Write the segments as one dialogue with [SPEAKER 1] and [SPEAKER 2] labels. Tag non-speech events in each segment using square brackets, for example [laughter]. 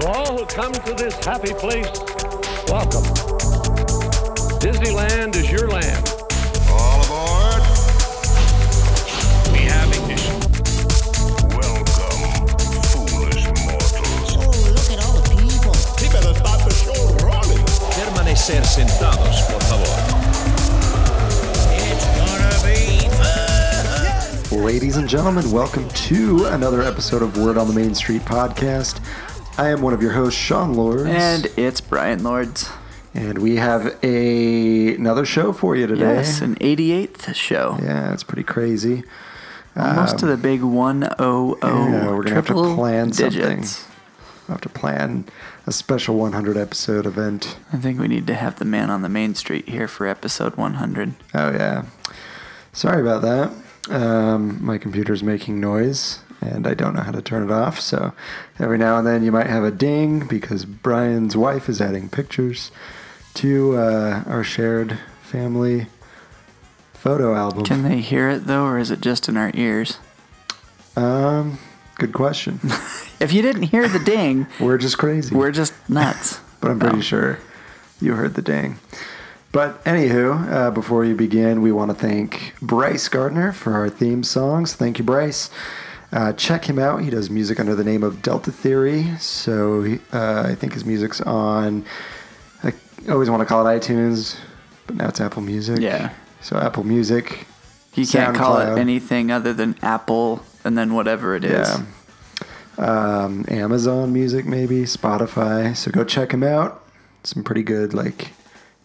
[SPEAKER 1] come to this happy place, welcome. Disneyland is your land.
[SPEAKER 2] All aboard.
[SPEAKER 3] We have ignition.
[SPEAKER 2] Welcome, foolish mortals.
[SPEAKER 4] Oh, look at all the people.
[SPEAKER 2] Keep it at the show rolling.
[SPEAKER 3] Permanecer sentados, por favor.
[SPEAKER 5] Ladies and gentlemen, welcome to another episode of Word on the Main Street podcast. I am one of your hosts, Sean Lords,
[SPEAKER 6] And it's Brian Lords.
[SPEAKER 5] and we have a, another show for you today.
[SPEAKER 6] Yes, an 88th show.
[SPEAKER 5] Yeah, it's pretty crazy.
[SPEAKER 6] Almost to the big 100.
[SPEAKER 5] Um, yeah, we're gonna have to
[SPEAKER 6] triple
[SPEAKER 5] plan something.
[SPEAKER 6] digits.
[SPEAKER 5] We'll have to plan a special 100 episode event.
[SPEAKER 6] I think we need to have the man on the main street here for episode 100.
[SPEAKER 5] Oh yeah, sorry about that. Um, my computer's making noise, and I don't know how to turn it off. So every now and then you might have a ding because Brian's wife is adding pictures to uh, our shared family photo album.
[SPEAKER 6] Can they hear it though, or is it just in our ears?
[SPEAKER 5] um, good question.
[SPEAKER 6] If you didn't hear
[SPEAKER 5] [laughs]
[SPEAKER 6] the ding,
[SPEAKER 5] We're just crazy.
[SPEAKER 6] [laughs] we're just nuts.
[SPEAKER 5] but I'm
[SPEAKER 6] Oh.
[SPEAKER 5] pretty sure you heard the ding. But anywho, uh, before you begin, we want to thank Bryce Gardner for our theme songs. Thank you, Bryce. Uh, check him out. He does music under the name of Delta Theory. So he- uh, I think his music's on. I always want to call it iTunes, but now it's Apple Music.
[SPEAKER 6] Yeah.
[SPEAKER 5] So Apple Music.
[SPEAKER 6] You can't call it
[SPEAKER 5] SoundCloud.
[SPEAKER 6] anything other than Apple and then whatever it is.
[SPEAKER 5] Yeah. Um, Amazon Music, maybe Spotify. So go check him out. Some pretty good like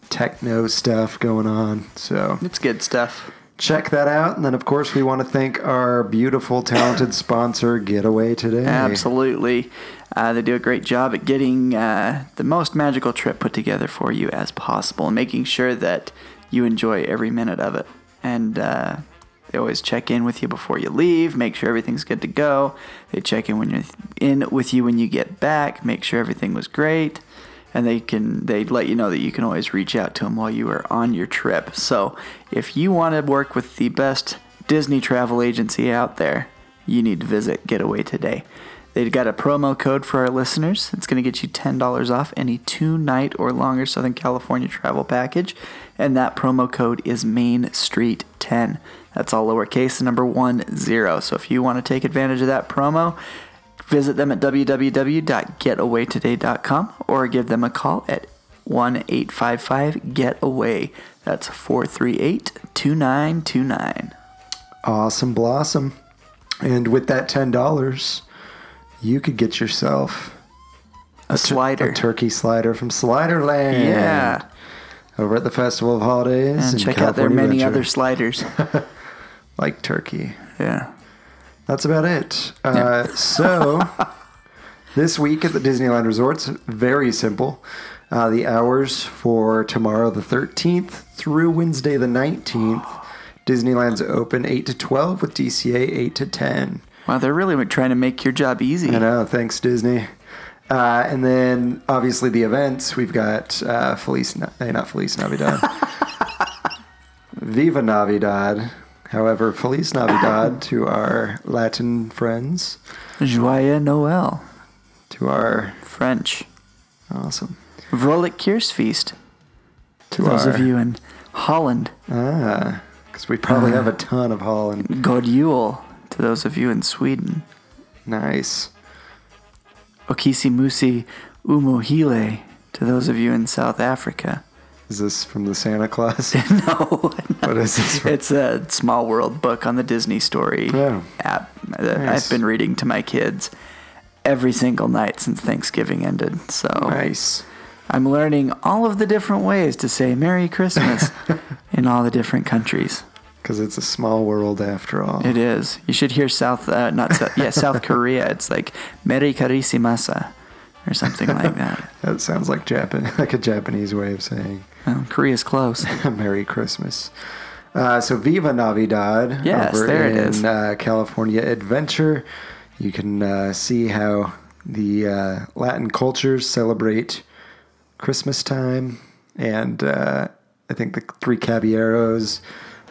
[SPEAKER 5] techno stuff going on. So
[SPEAKER 6] It's good stuff.
[SPEAKER 5] check that out. And then of course we want to thank our beautiful, talented sponsor, Getaway Today.
[SPEAKER 6] Absolutely. Uh, they do a great job at getting uh, the most magical trip put together for you as possible and making sure that you enjoy every minute of it. And uh, they always check in with you before you leave, make sure everything's good to go. They check in when you're in with you when you get back, make sure everything was great. And they can they let you know that you can always reach out to them while you are on your trip. So if you want to work with the best Disney travel agency out there, you need to visit Getaway today. They've got a promo code for our listeners. It's going to get you $10 off any two night or longer Southern California travel package. And that promo code is Main Street 10. That's all lowercase, the number one zero. So if you want to take advantage of that promo, visit them at www.getawaytoday.com or give them a call at 1 855 GETAWAY. That's 438 2929.
[SPEAKER 5] Awesome Blossom. And with that ten dollars, you could get yourself
[SPEAKER 6] A slider.
[SPEAKER 5] a turkey slider from Sliderland.
[SPEAKER 6] yeah.
[SPEAKER 5] Over at the Festival of Holidays.
[SPEAKER 6] And,
[SPEAKER 5] in
[SPEAKER 6] check out their
[SPEAKER 5] California
[SPEAKER 6] many
[SPEAKER 5] Adventure.
[SPEAKER 6] other [laughs] sliders.
[SPEAKER 5] like turkey.
[SPEAKER 6] Yeah.
[SPEAKER 5] That's about it. Uh, so, this week at the Disneyland Resorts, very simple. Uh, the hours for tomorrow, the 13th, through Wednesday, the 19th. Disneyland's open 8 to 12 with DCA 8 to 10.
[SPEAKER 6] Wow, they're really trying to make your job easy.
[SPEAKER 5] I know. Thanks, Disney. Uh, and then obviously the events. We've got uh, Feliz, Na- eh, not Feliz Navidad. Viva Navidad. However, Feliz Navidad to our Latin friends,
[SPEAKER 6] Joyeux Noel,
[SPEAKER 5] to our
[SPEAKER 6] French.
[SPEAKER 5] awesome,
[SPEAKER 6] Vrolijk Feast.
[SPEAKER 5] to
[SPEAKER 6] Those
[SPEAKER 5] our,
[SPEAKER 6] of you in Holland,
[SPEAKER 5] ah, because we probably have a ton of
[SPEAKER 6] [laughs]
[SPEAKER 5] Holland.
[SPEAKER 6] God Yule. To those of you in Sweden,
[SPEAKER 5] Nice.
[SPEAKER 6] Okisimusi Umuhile. To those of you in South Africa. [laughs]
[SPEAKER 5] Is this from the Santa Claus?
[SPEAKER 6] no,
[SPEAKER 5] what is this?
[SPEAKER 6] [laughs]
[SPEAKER 5] From?
[SPEAKER 6] it's a small world book on the Disney Story
[SPEAKER 5] Yeah.
[SPEAKER 6] app that
[SPEAKER 5] Nice.
[SPEAKER 6] I've been reading to my kids every single night since Thanksgiving ended. So
[SPEAKER 5] Nice.
[SPEAKER 6] I'm learning all of the different ways to say
[SPEAKER 5] [laughs]
[SPEAKER 6] Merry Christmas in all the different countries.
[SPEAKER 5] Because it's a small world after all.
[SPEAKER 6] It is. You should hear South, uh, not
[SPEAKER 5] [laughs]
[SPEAKER 6] South, yeah, South Korea. It's like Merry Karisimasa or something
[SPEAKER 5] [laughs]
[SPEAKER 6] like that.
[SPEAKER 5] That sounds like Japan, [laughs] like a Japanese way of saying.
[SPEAKER 6] Well, Korea's close.
[SPEAKER 5] [laughs] Merry Christmas. Uh, so Viva Navidad
[SPEAKER 6] Yes,
[SPEAKER 5] over
[SPEAKER 6] there
[SPEAKER 5] in
[SPEAKER 6] it is.
[SPEAKER 5] Uh, California Adventure. You can uh, see how the uh, Latin cultures celebrate Christmas time, and uh, I think the three caballeros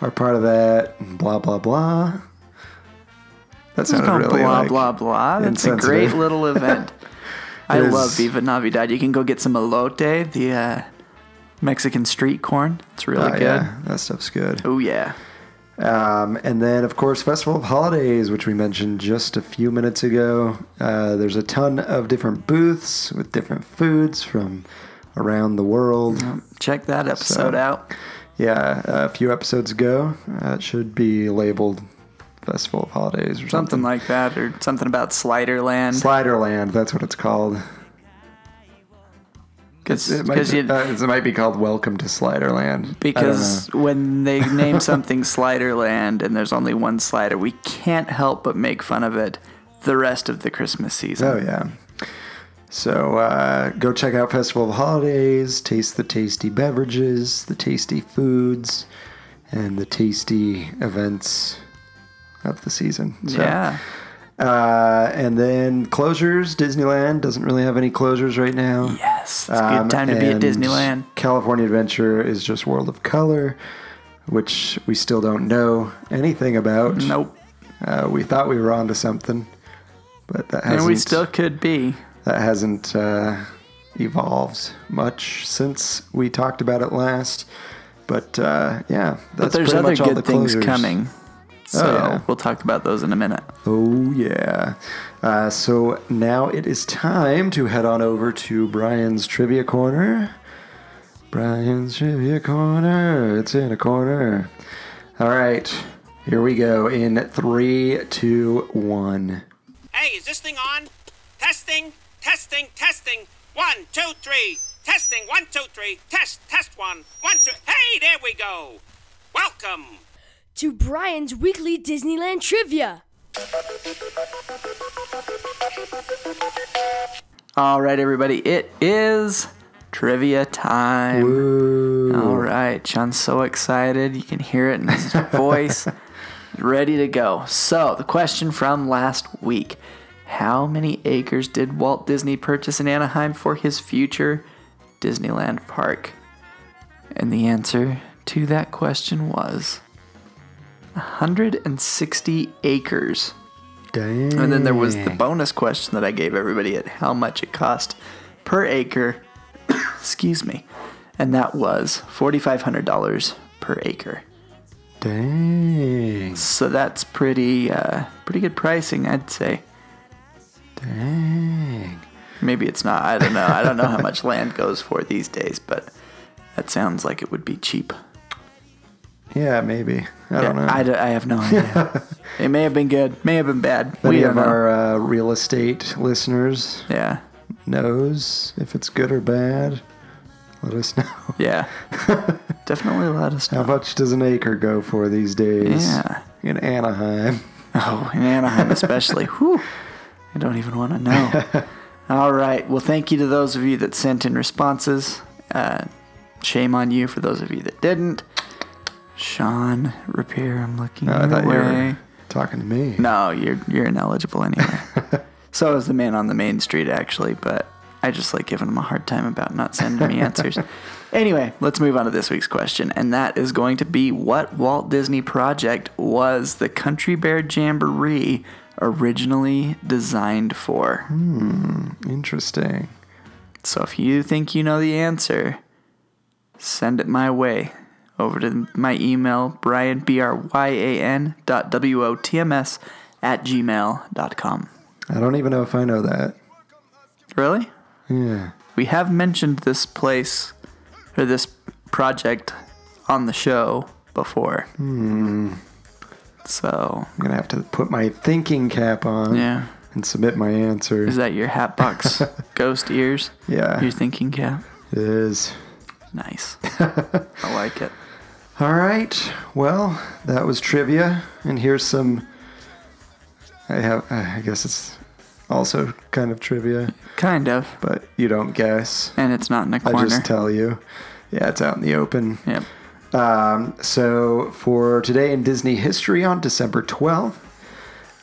[SPEAKER 5] are part of that. and Blah blah blah. That
[SPEAKER 6] Just
[SPEAKER 5] sounded
[SPEAKER 6] going
[SPEAKER 5] really
[SPEAKER 6] blah
[SPEAKER 5] like
[SPEAKER 6] blah blah. That's a great
[SPEAKER 5] [laughs] insensitive.
[SPEAKER 6] little event. I
[SPEAKER 5] is-
[SPEAKER 6] love Viva Navidad. You can go get some elote, the uh, Mexican street corn. It's really
[SPEAKER 5] Oh,
[SPEAKER 6] good.
[SPEAKER 5] yeah, that stuff's good.
[SPEAKER 6] Oh yeah.
[SPEAKER 5] Um, and then, of course, Festival of Holidays, which we mentioned just a few minutes ago. Uh, there's a ton of different booths with different foods from around the world.
[SPEAKER 6] Check that episode
[SPEAKER 5] So-
[SPEAKER 6] out.
[SPEAKER 5] Yeah, a few episodes ago, uh, it should be labeled Festival of Holidays or something.
[SPEAKER 6] Something like that, or something about Sliderland.
[SPEAKER 5] Sliderland, that's what it's called.
[SPEAKER 6] Because
[SPEAKER 5] It might, be,
[SPEAKER 6] you,
[SPEAKER 5] uh, it might be called Welcome to Sliderland.
[SPEAKER 6] because when they
[SPEAKER 5] [laughs]
[SPEAKER 6] name something Sliderland and there's only one slider, we can't help but make fun of it the rest of the Christmas season.
[SPEAKER 5] Oh yeah. So uh, go check out Festival of Holidays, taste the tasty beverages, the tasty foods, and the tasty events of the season. So,
[SPEAKER 6] yeah.
[SPEAKER 5] Uh, and then closures. Disneyland doesn't really have any closures right now.
[SPEAKER 6] Yes. It's a
[SPEAKER 5] Um,
[SPEAKER 6] good time to be at
[SPEAKER 5] and
[SPEAKER 6] Disneyland.
[SPEAKER 5] California Adventure is just World of Color, which we still don't know anything about.
[SPEAKER 6] Nope.
[SPEAKER 5] Uh, we thought we were onto something, but that hasn't
[SPEAKER 6] And we still could be.
[SPEAKER 5] that hasn't uh, evolved much since we talked about it last. But uh, yeah, that's
[SPEAKER 6] But there's
[SPEAKER 5] pretty
[SPEAKER 6] other
[SPEAKER 5] much all the
[SPEAKER 6] good things
[SPEAKER 5] closures.
[SPEAKER 6] coming. So
[SPEAKER 5] yeah.
[SPEAKER 6] we'll talk about those in a minute.
[SPEAKER 5] Oh yeah. Uh, so now it is time to head on over to Brian's trivia corner. Brian's trivia corner. It's in a corner. All right, here we go. In three, two, one.
[SPEAKER 4] Hey, is this thing on? Testing, testing, testing. One, two, three. Testing, one, two, three. Test, test one, one, two. Hey, there we go. Welcome.
[SPEAKER 7] to Brian's weekly Disneyland trivia.
[SPEAKER 6] All right, everybody. It is trivia time. All right. Sean's so excited. You can hear it in his voice. Ready to go. So, the question from last week How many acres did Walt Disney purchase in Anaheim for his future Disneyland park? And the answer to that question was 160 acres.
[SPEAKER 5] Dang.
[SPEAKER 6] And then there was
[SPEAKER 5] Mm.
[SPEAKER 6] the bonus question that I gave everybody at how much it cost per acre. [coughs] Excuse me. And that was $4,500 per acre.
[SPEAKER 5] Dang.
[SPEAKER 6] So that's pretty, uh, pretty good pricing, I'd say.
[SPEAKER 5] Dang.
[SPEAKER 6] Maybe it's not. I don't know. I don't know how
[SPEAKER 5] [laughs]
[SPEAKER 6] much land goes for these days, but that sounds like it would be cheap.
[SPEAKER 5] Yeah, maybe. I don't know.
[SPEAKER 6] I, d- I have no
[SPEAKER 5] [laughs]
[SPEAKER 6] idea. it may have been good, may have been bad.
[SPEAKER 5] Any
[SPEAKER 6] we
[SPEAKER 5] of
[SPEAKER 6] don't know.
[SPEAKER 5] our uh, real estate listeners
[SPEAKER 6] yeah,
[SPEAKER 5] knows if it's good or bad. Let us [laughs] know.
[SPEAKER 6] yeah. Definitely let us
[SPEAKER 5] How
[SPEAKER 6] know.
[SPEAKER 5] much does an acre go for these days
[SPEAKER 6] Yeah.
[SPEAKER 5] in Anaheim? [laughs]
[SPEAKER 6] Oh, in Anaheim especially. Whew. I don't even want
[SPEAKER 5] [laughs]
[SPEAKER 6] to know. All right. Well, thank you to those of you that sent in responses. Uh, shame on you for those of you that didn't. Sean Repair, I'm looking
[SPEAKER 5] Oh, I
[SPEAKER 6] your
[SPEAKER 5] thought you
[SPEAKER 6] way.
[SPEAKER 5] were talking to me.
[SPEAKER 6] No, you're you're ineligible anyway. so is the man on the main street actually, but I just like giving him a hard time about not sending me answers. Anyway, let's move on to this week's question, and that is going to be what Walt Disney project was the Country Bear Jamboree originally designed for?
[SPEAKER 5] Interesting.
[SPEAKER 6] So if you think you know the answer, send it my way over to my email, Brian, B-R-Y-A-N dot W-O-T-M-S at gmail dot com.
[SPEAKER 5] I don't even know if I know that.
[SPEAKER 6] Really?
[SPEAKER 5] Yeah.
[SPEAKER 6] We have mentioned this place or this project on the show before. Hmm. So,
[SPEAKER 5] I'm going to have to put my thinking cap on
[SPEAKER 6] yeah.
[SPEAKER 5] and submit my answer.
[SPEAKER 6] Is that your hat [laughs] box ghost ears?
[SPEAKER 5] Yeah.
[SPEAKER 6] You're thinking, yeah.
[SPEAKER 5] it is.
[SPEAKER 6] Nice. [laughs] I like it.
[SPEAKER 5] All right. Well, that was trivia, and here's some. I have. I guess it's also kind of trivia,
[SPEAKER 6] Kind of.
[SPEAKER 5] but you don't guess.
[SPEAKER 6] And it's not in a corner.
[SPEAKER 5] I just tell you. Yeah, it's out in the open.
[SPEAKER 6] Yep.
[SPEAKER 5] Um, so for today in Disney history on December 12th,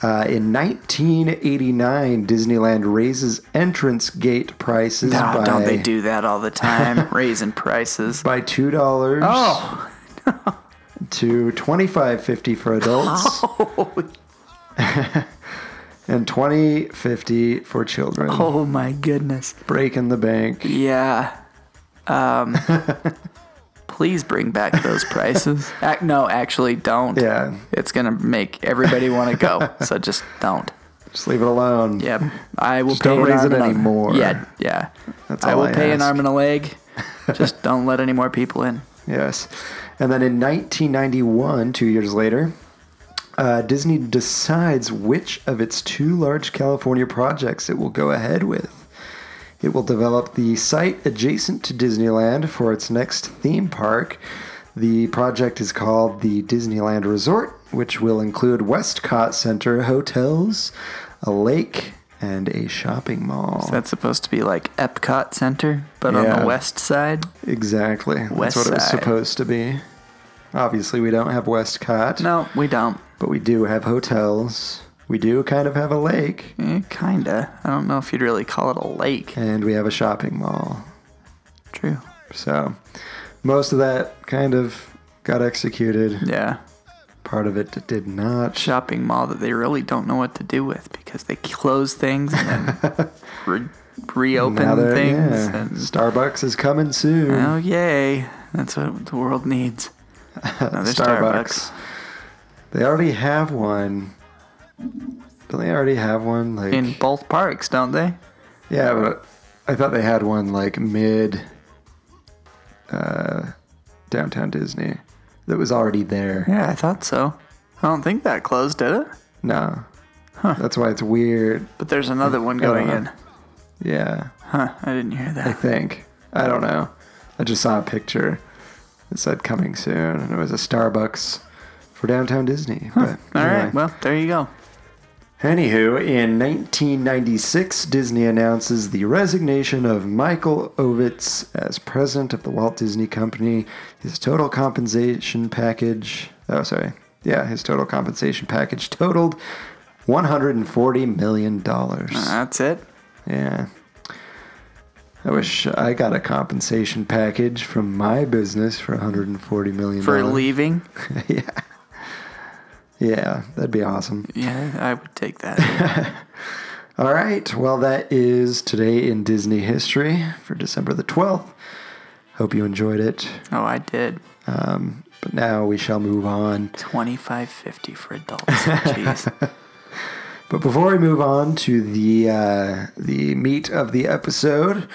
[SPEAKER 5] uh, in 1989, Disneyland raises entrance gate prices
[SPEAKER 6] No,
[SPEAKER 5] by
[SPEAKER 6] don't they do that all the [laughs] time? Raising prices.
[SPEAKER 5] by two dollars [laughs]
[SPEAKER 6] Oh, [laughs] Oh.
[SPEAKER 5] to twenty five fifty for adults. [laughs] and 2050 for children.
[SPEAKER 6] Oh my goodness.
[SPEAKER 5] Breaking the bank.
[SPEAKER 6] Yeah. Um,
[SPEAKER 5] [laughs]
[SPEAKER 6] please bring back
[SPEAKER 5] [laughs]
[SPEAKER 6] those prices. Ac no, actually, don't.
[SPEAKER 5] Yeah,
[SPEAKER 6] It's going to make everybody want
[SPEAKER 5] [laughs]
[SPEAKER 6] to go. So just don't.
[SPEAKER 5] just leave it alone.
[SPEAKER 6] Yep. I will
[SPEAKER 5] Just
[SPEAKER 6] pay
[SPEAKER 5] don't
[SPEAKER 6] an
[SPEAKER 5] raise
[SPEAKER 6] arm
[SPEAKER 5] it
[SPEAKER 6] and a-
[SPEAKER 5] anymore.
[SPEAKER 6] Yeah. Yeah.
[SPEAKER 5] That's
[SPEAKER 6] I
[SPEAKER 5] all
[SPEAKER 6] will
[SPEAKER 5] I
[SPEAKER 6] pay an
[SPEAKER 5] ask.
[SPEAKER 6] arm and a leg.
[SPEAKER 5] [laughs]
[SPEAKER 6] Just don't let any more people in.
[SPEAKER 5] Yes. And then in 1991, two years later, uh, Disney decides which of its two large California projects it will go ahead with. It will develop the site adjacent to Disneyland for its next theme park. The project is called the Disneyland Resort, which will include Westcott Center hotels, a lake, and a shopping mall.
[SPEAKER 6] That's supposed to be like Epcot Center, but on
[SPEAKER 5] Yeah.
[SPEAKER 6] the west side.
[SPEAKER 5] exactly. That's
[SPEAKER 6] West
[SPEAKER 5] what it was
[SPEAKER 6] Side.
[SPEAKER 5] supposed to be. Obviously, we don't have Westcott.
[SPEAKER 6] No, we don't.
[SPEAKER 5] But we do have hotels. We do kind of have a lake.
[SPEAKER 6] Eh, kinda. I don't know if you'd really call it a lake.
[SPEAKER 5] And we have a shopping mall.
[SPEAKER 6] True.
[SPEAKER 5] So most of that kind of got executed.
[SPEAKER 6] Yeah.
[SPEAKER 5] Part of it did not.
[SPEAKER 6] shopping mall that they really don't know what to do with because they close things and then
[SPEAKER 5] [laughs]
[SPEAKER 6] re-
[SPEAKER 5] Now
[SPEAKER 6] reopen
[SPEAKER 5] they're-
[SPEAKER 6] things.
[SPEAKER 5] yeah.
[SPEAKER 6] And
[SPEAKER 5] Starbucks is coming soon.
[SPEAKER 6] oh yay, that's what the
[SPEAKER 5] [laughs]
[SPEAKER 6] world needs. Another
[SPEAKER 5] Starbucks. They already have one. Don't they already have one? Like
[SPEAKER 6] in both parks, don't they?
[SPEAKER 5] yeah, but I thought they had one like mid uh, downtown Disney that was already there.
[SPEAKER 6] Yeah, I thought so. I don't think that closed, did it?
[SPEAKER 5] No. That's why it's weird.
[SPEAKER 6] But there's another one
[SPEAKER 5] Mm, don't
[SPEAKER 6] going
[SPEAKER 5] know.
[SPEAKER 6] in.
[SPEAKER 5] Yeah,
[SPEAKER 6] Huh? I didn't hear
[SPEAKER 5] I [laughs]
[SPEAKER 6] that.
[SPEAKER 5] think. I don't know. I just saw a picture that said coming soon, and it was a Starbucks for downtown Disney. But
[SPEAKER 6] All
[SPEAKER 5] anyway.
[SPEAKER 6] right. Well, there you go.
[SPEAKER 5] Anywho, in 1996, Disney announces the resignation of Michael Ovitz as president of the Walt Disney Company. His total compensation package, oh, sorry. Yeah, his total compensation package totaled $140 million.
[SPEAKER 6] That's it.
[SPEAKER 5] Yeah. I wish I got a compensation package from my business for 140 million.
[SPEAKER 6] For leaving,
[SPEAKER 5] yeah. Yeah, that'd be awesome.
[SPEAKER 6] yeah, I would take
[SPEAKER 5] [laughs]
[SPEAKER 6] that.
[SPEAKER 5] All right. Well, that is today in Disney history for December the 12th. Hope you enjoyed it.
[SPEAKER 6] Oh, I did.
[SPEAKER 5] But now we shall move on.
[SPEAKER 6] Twenty five fifty
[SPEAKER 5] [laughs]
[SPEAKER 6] for adults. Jeez.
[SPEAKER 5] But before we move on to the uh, the meat of the episode,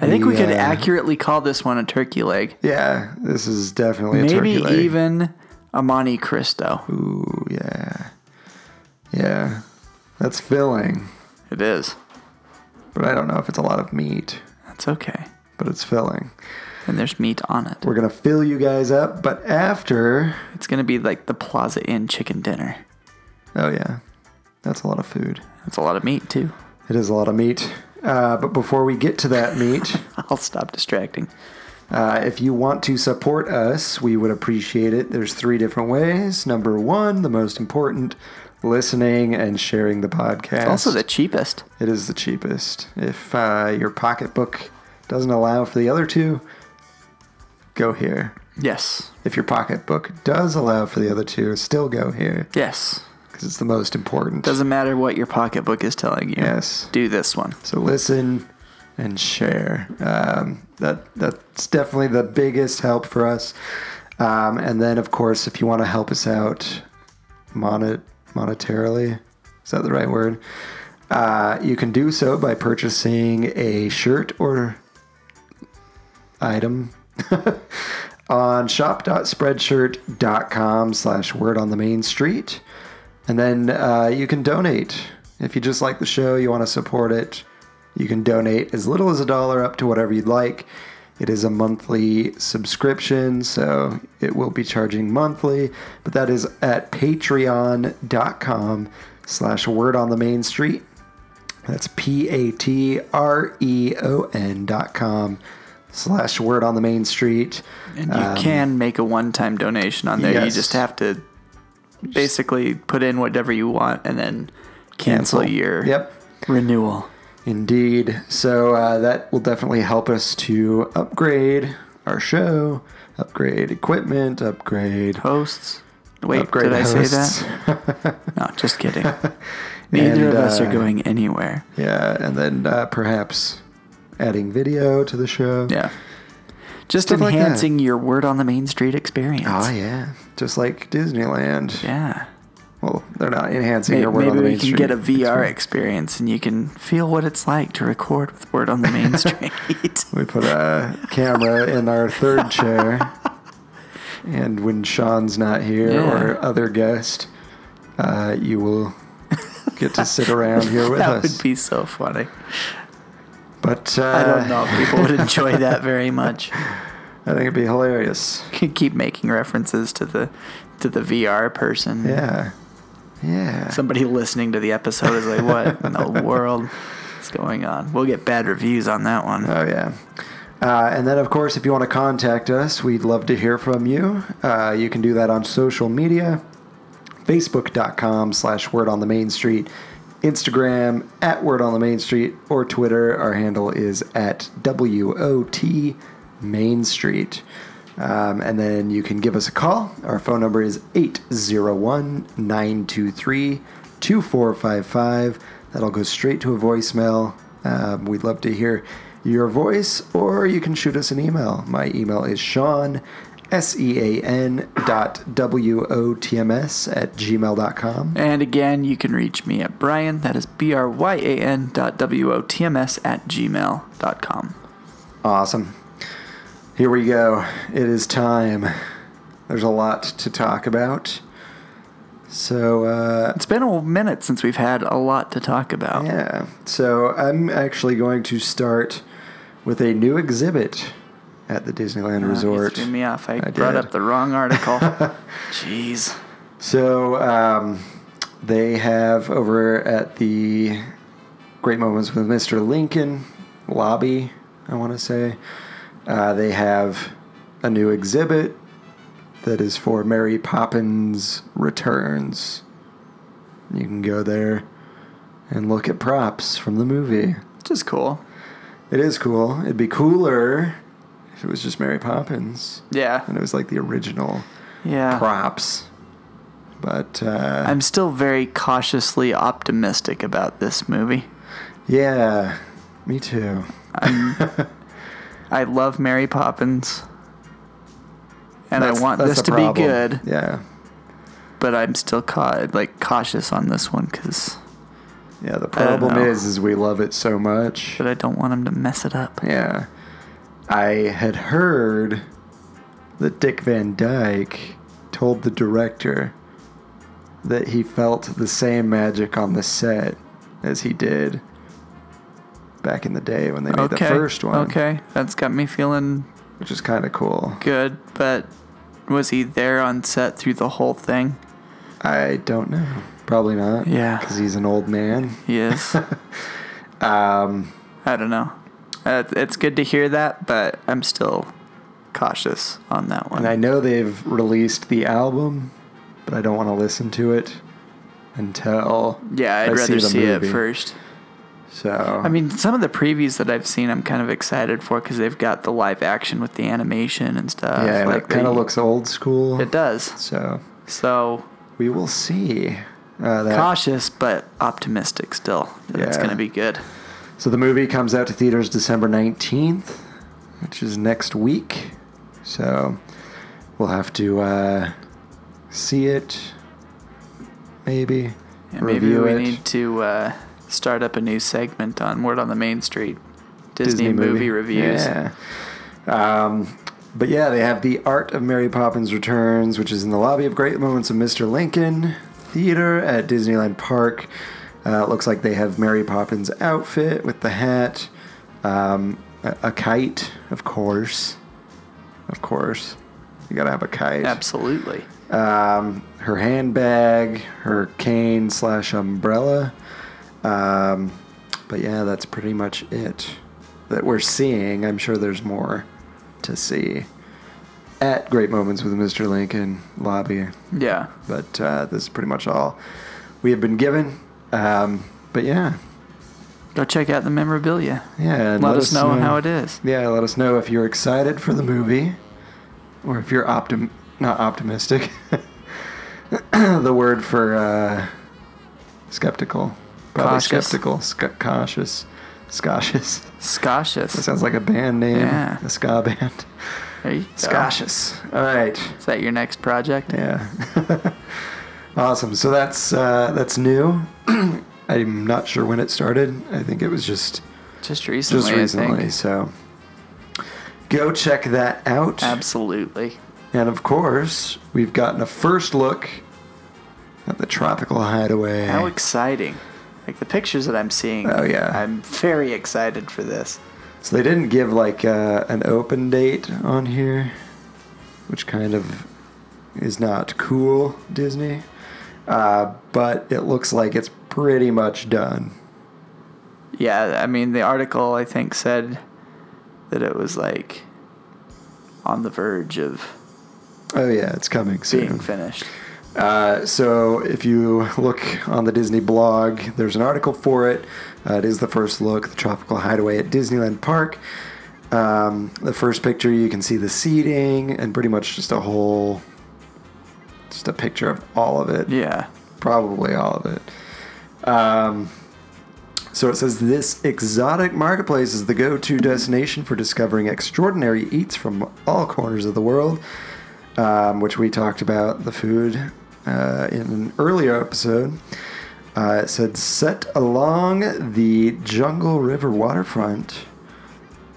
[SPEAKER 6] I think we
[SPEAKER 5] We,
[SPEAKER 6] could
[SPEAKER 5] uh,
[SPEAKER 6] accurately call this one a turkey leg.
[SPEAKER 5] yeah, this is definitely a
[SPEAKER 6] Maybe
[SPEAKER 5] turkey leg.
[SPEAKER 6] even a Monte Cristo.
[SPEAKER 5] Ooh, yeah. Yeah. That's filling,
[SPEAKER 6] It is.
[SPEAKER 5] but I don't know if it's a lot of meat,
[SPEAKER 6] That's okay.
[SPEAKER 5] but it's filling.
[SPEAKER 6] And there's meat on it.
[SPEAKER 5] We're going to fill you guys up, but after.
[SPEAKER 6] It's gonna be like the Plaza Inn chicken dinner.
[SPEAKER 5] Oh, yeah. That's a lot of food.
[SPEAKER 6] That's a lot of meat too. [laughs]
[SPEAKER 5] It is a lot of meat. Uh, but before we get to that [laughs] meat,
[SPEAKER 6] I'll stop distracting.
[SPEAKER 5] Uh, if you want to support us, we would appreciate it. There's three different ways. Number one, the most important, listening and sharing the podcast.
[SPEAKER 6] Also the cheapest.
[SPEAKER 5] It is the cheapest. If uh, your pocketbook doesn't allow for the other two, go here.
[SPEAKER 6] Yes.
[SPEAKER 5] If your pocketbook does allow for the other two, still go here
[SPEAKER 6] Yes.
[SPEAKER 5] because it's the most important.
[SPEAKER 6] Doesn't matter what your pocketbook is telling you.
[SPEAKER 5] Yes.
[SPEAKER 6] Do this one.
[SPEAKER 5] So listen and share. Um, that that's definitely the biggest help for us. Um, and then, of course, if you want to help us out monet, monetarily, is that the right word? Uh, you can do so by purchasing a shirt or item [laughs] on shop.spreadshirt.com slash word on the main street. And then uh, you can donate. If you just like the show, you want to support it, you can donate as little as a dollar up to whatever you'd like. It is a monthly subscription, so it will be charging monthly, but that is at patreon.com slash word on the main street. That's P A T R E O N dot com slash word on the main street.
[SPEAKER 6] And you can make a one time donation on there. You
[SPEAKER 5] Um, yes.
[SPEAKER 6] just have to basically put in whatever you want and then cancel, your
[SPEAKER 5] Yep.
[SPEAKER 6] renewal.
[SPEAKER 5] Indeed. So uh, that will definitely help us to upgrade our show, upgrade equipment, upgrade
[SPEAKER 6] Posts. Wait,
[SPEAKER 5] Upgrade
[SPEAKER 6] did I say
[SPEAKER 5] hosts.
[SPEAKER 6] that? No,
[SPEAKER 5] [laughs]
[SPEAKER 6] just kidding. [laughs] Neither
[SPEAKER 5] And,
[SPEAKER 6] of us
[SPEAKER 5] uh,
[SPEAKER 6] are going anywhere.
[SPEAKER 5] Yeah, and then uh, perhaps adding video to the show.
[SPEAKER 6] Yeah. Just
[SPEAKER 5] Stuff like that.
[SPEAKER 6] enhancing your word on the main street experience.
[SPEAKER 5] Oh yeah, just like Disneyland.
[SPEAKER 6] yeah.
[SPEAKER 5] Well, they're not enhancing
[SPEAKER 6] Maybe,
[SPEAKER 5] your word
[SPEAKER 6] maybe
[SPEAKER 5] on the
[SPEAKER 6] we
[SPEAKER 5] main
[SPEAKER 6] can
[SPEAKER 5] street.
[SPEAKER 6] get a VR experience and you can feel what it's like to record with Word on the
[SPEAKER 5] [laughs]
[SPEAKER 6] Main Street.
[SPEAKER 5] We put a camera in our third chair, and when Sean's not here
[SPEAKER 6] Yeah.
[SPEAKER 5] or other guest, uh, you will get to sit around here with
[SPEAKER 6] [laughs] that
[SPEAKER 5] us.
[SPEAKER 6] would be so funny.
[SPEAKER 5] but uh,
[SPEAKER 6] I don't know if people would enjoy
[SPEAKER 5] [laughs]
[SPEAKER 6] that very much.
[SPEAKER 5] I think it'd be hilarious.
[SPEAKER 6] Could keep making references to the to the VR person.
[SPEAKER 5] Yeah, yeah.
[SPEAKER 6] Somebody listening to the episode is like, "What in
[SPEAKER 5] [laughs]
[SPEAKER 6] the world is going on?" We'll get bad reviews on that one.
[SPEAKER 5] Oh, yeah. Uh, and then, of course, if you want to contact us, we'd love to hear from you. Uh, you can do that on social media Facebook.com slash Word on the Main Street, Instagram at Word on the Main Street, or Twitter. Our handle is at WOT Main Street. Um, and then you can give us a call. Our phone number is 801 923 2455. That'll go straight to a voicemail. Um, we'd love to hear your voice, or you can shoot us an email. My email is Sean, S E A N dot W O T M S at gmail.com.
[SPEAKER 6] And again, you can reach me at Brian. That is b r y a n dot w o t m s at gmail dot com.
[SPEAKER 5] Awesome. Here we go. It is time. There's a lot to talk about. So, uh,
[SPEAKER 6] It's been a minute since we've had a lot to talk about.
[SPEAKER 5] Yeah. So I'm actually going to start with a new exhibit at the Disneyland
[SPEAKER 6] Uh, you
[SPEAKER 5] Resort.
[SPEAKER 6] threw me off. I,
[SPEAKER 5] I
[SPEAKER 6] brought
[SPEAKER 5] did.
[SPEAKER 6] up the wrong
[SPEAKER 5] [laughs]
[SPEAKER 6] article. Jeez.
[SPEAKER 5] So um, they have over at the Great Moments with Mr. Lincoln lobby, I want to say, uh, they have a new exhibit that is for Mary Poppins Returns. You can go there and look at props from the movie.
[SPEAKER 6] Which is cool.
[SPEAKER 5] It is cool. It'd be cooler if it was just Mary Poppins
[SPEAKER 6] Yeah.
[SPEAKER 5] and it was like the original
[SPEAKER 6] Yeah.
[SPEAKER 5] props. But uh,
[SPEAKER 6] I'm still very cautiously optimistic about this movie.
[SPEAKER 5] yeah, me too.
[SPEAKER 6] I love Mary Poppins. And
[SPEAKER 5] That's-
[SPEAKER 6] I want
[SPEAKER 5] that's
[SPEAKER 6] this
[SPEAKER 5] the
[SPEAKER 6] to be
[SPEAKER 5] problem.
[SPEAKER 6] good,
[SPEAKER 5] Yeah,
[SPEAKER 6] but I'm still ca- like cautious on this one cuz
[SPEAKER 5] yeah. The problem
[SPEAKER 6] know.
[SPEAKER 5] is, is we love it so much.
[SPEAKER 6] but I don't want him to mess it up.
[SPEAKER 5] Yeah, I had heard that Dick Van Dyke told the director that he felt the same magic on the set as he did back in the day when they made
[SPEAKER 6] okay.
[SPEAKER 5] the first one.
[SPEAKER 6] Okay. That's got me feeling
[SPEAKER 5] which is kind of cool.
[SPEAKER 6] good, but was he there on set through the whole thing?
[SPEAKER 5] I don't know. Probably not.
[SPEAKER 6] Yeah.
[SPEAKER 5] Because he's an old man. [laughs]
[SPEAKER 6] Yes. um,
[SPEAKER 5] Um,
[SPEAKER 6] I don't know. Uh, it's good to hear that, but I'm still cautious on that one.
[SPEAKER 5] And I know they've released the album, but I don't want to listen to it until
[SPEAKER 6] yeah, I'd
[SPEAKER 5] I
[SPEAKER 6] rather
[SPEAKER 5] the
[SPEAKER 6] see, it
[SPEAKER 5] movie.
[SPEAKER 6] first.
[SPEAKER 5] So
[SPEAKER 6] I mean, some of the previews that I've seen, I'm kind of excited for because they've got the live action with the animation and stuff.
[SPEAKER 5] yeah, and it
[SPEAKER 6] uh, the-
[SPEAKER 5] kind of looks old school.
[SPEAKER 6] It does.
[SPEAKER 5] So
[SPEAKER 6] So
[SPEAKER 5] we will see. Uh, that.
[SPEAKER 6] cautious, but optimistic still that it's
[SPEAKER 5] Yeah.
[SPEAKER 6] going to be good.
[SPEAKER 5] So the movie comes out to theaters December 19th, which is next week. So we'll have to uh, see it, maybe.
[SPEAKER 6] Yeah, maybe
[SPEAKER 5] review
[SPEAKER 6] we
[SPEAKER 5] it.
[SPEAKER 6] need to uh, start up a new segment on Word on the Main Street Disney, movie. reviews.
[SPEAKER 5] Yeah. Um, but yeah, they have The Art of Mary Poppins Returns, which is in the lobby of Great Moments of Mr. Lincoln Theater at Disneyland Park. Uh, it looks like they have Mary Poppins' outfit with the hat, um, a, a kite, of course. Of course. You gotta have a kite.
[SPEAKER 6] Absolutely.
[SPEAKER 5] Um, her handbag, her cane slash umbrella. Um, but yeah, that's pretty much it that we're seeing. I'm sure there's more to see at Great Moments with Mr. Lincoln lobby,
[SPEAKER 6] Yeah.
[SPEAKER 5] but uh, this is pretty much all we have been given. Um, but yeah,
[SPEAKER 6] Go check out the memorabilia.
[SPEAKER 5] yeah. and
[SPEAKER 6] Let us know how it is.
[SPEAKER 5] Yeah, let us know if you're excited for the movie, or if you're optim not optimistic, [laughs] the word for uh, skeptical. Probably
[SPEAKER 6] Cautious.
[SPEAKER 5] skeptical, sc- cautious, scotches.
[SPEAKER 6] Scotches.
[SPEAKER 5] Sounds like a band name,
[SPEAKER 6] Yeah.
[SPEAKER 5] a ska band.
[SPEAKER 6] There you go.
[SPEAKER 5] Scotches. All right.
[SPEAKER 6] Is that your next project?
[SPEAKER 5] Yeah. [laughs] awesome. So that's uh, that's new. [clears throat] I'm not sure when it started. I think it was just
[SPEAKER 6] Just recently.
[SPEAKER 5] just
[SPEAKER 6] I
[SPEAKER 5] recently.
[SPEAKER 6] Think.
[SPEAKER 5] So go check that out.
[SPEAKER 6] Absolutely.
[SPEAKER 5] And of course, we've gotten a first look at the tropical hideaway.
[SPEAKER 6] How exciting! Like the pictures that I'm seeing.
[SPEAKER 5] Oh, yeah.
[SPEAKER 6] I'm very excited for this.
[SPEAKER 5] so they didn't give like uh, an open date on here, which kind of is not cool, Disney. Uh, but it looks like it's pretty much done.
[SPEAKER 6] Yeah, I mean the article I think said that it was like on the verge of
[SPEAKER 5] Oh yeah, it's coming
[SPEAKER 6] being
[SPEAKER 5] soon.
[SPEAKER 6] finished.
[SPEAKER 5] Uh, so if you look on the Disney blog, there's an article for it. Uh, it is the first look, the tropical hideaway at Disneyland Park. Um, the first picture, you can see the seating and pretty much just a whole, just a picture of all of it
[SPEAKER 6] Yeah.
[SPEAKER 5] probably all of it. Um, so it says this exotic marketplace is the go-to destination for discovering extraordinary eats from all corners of the world, um, which we talked about the food uh, in an earlier episode. Uh, it said set along the Jungle River waterfront.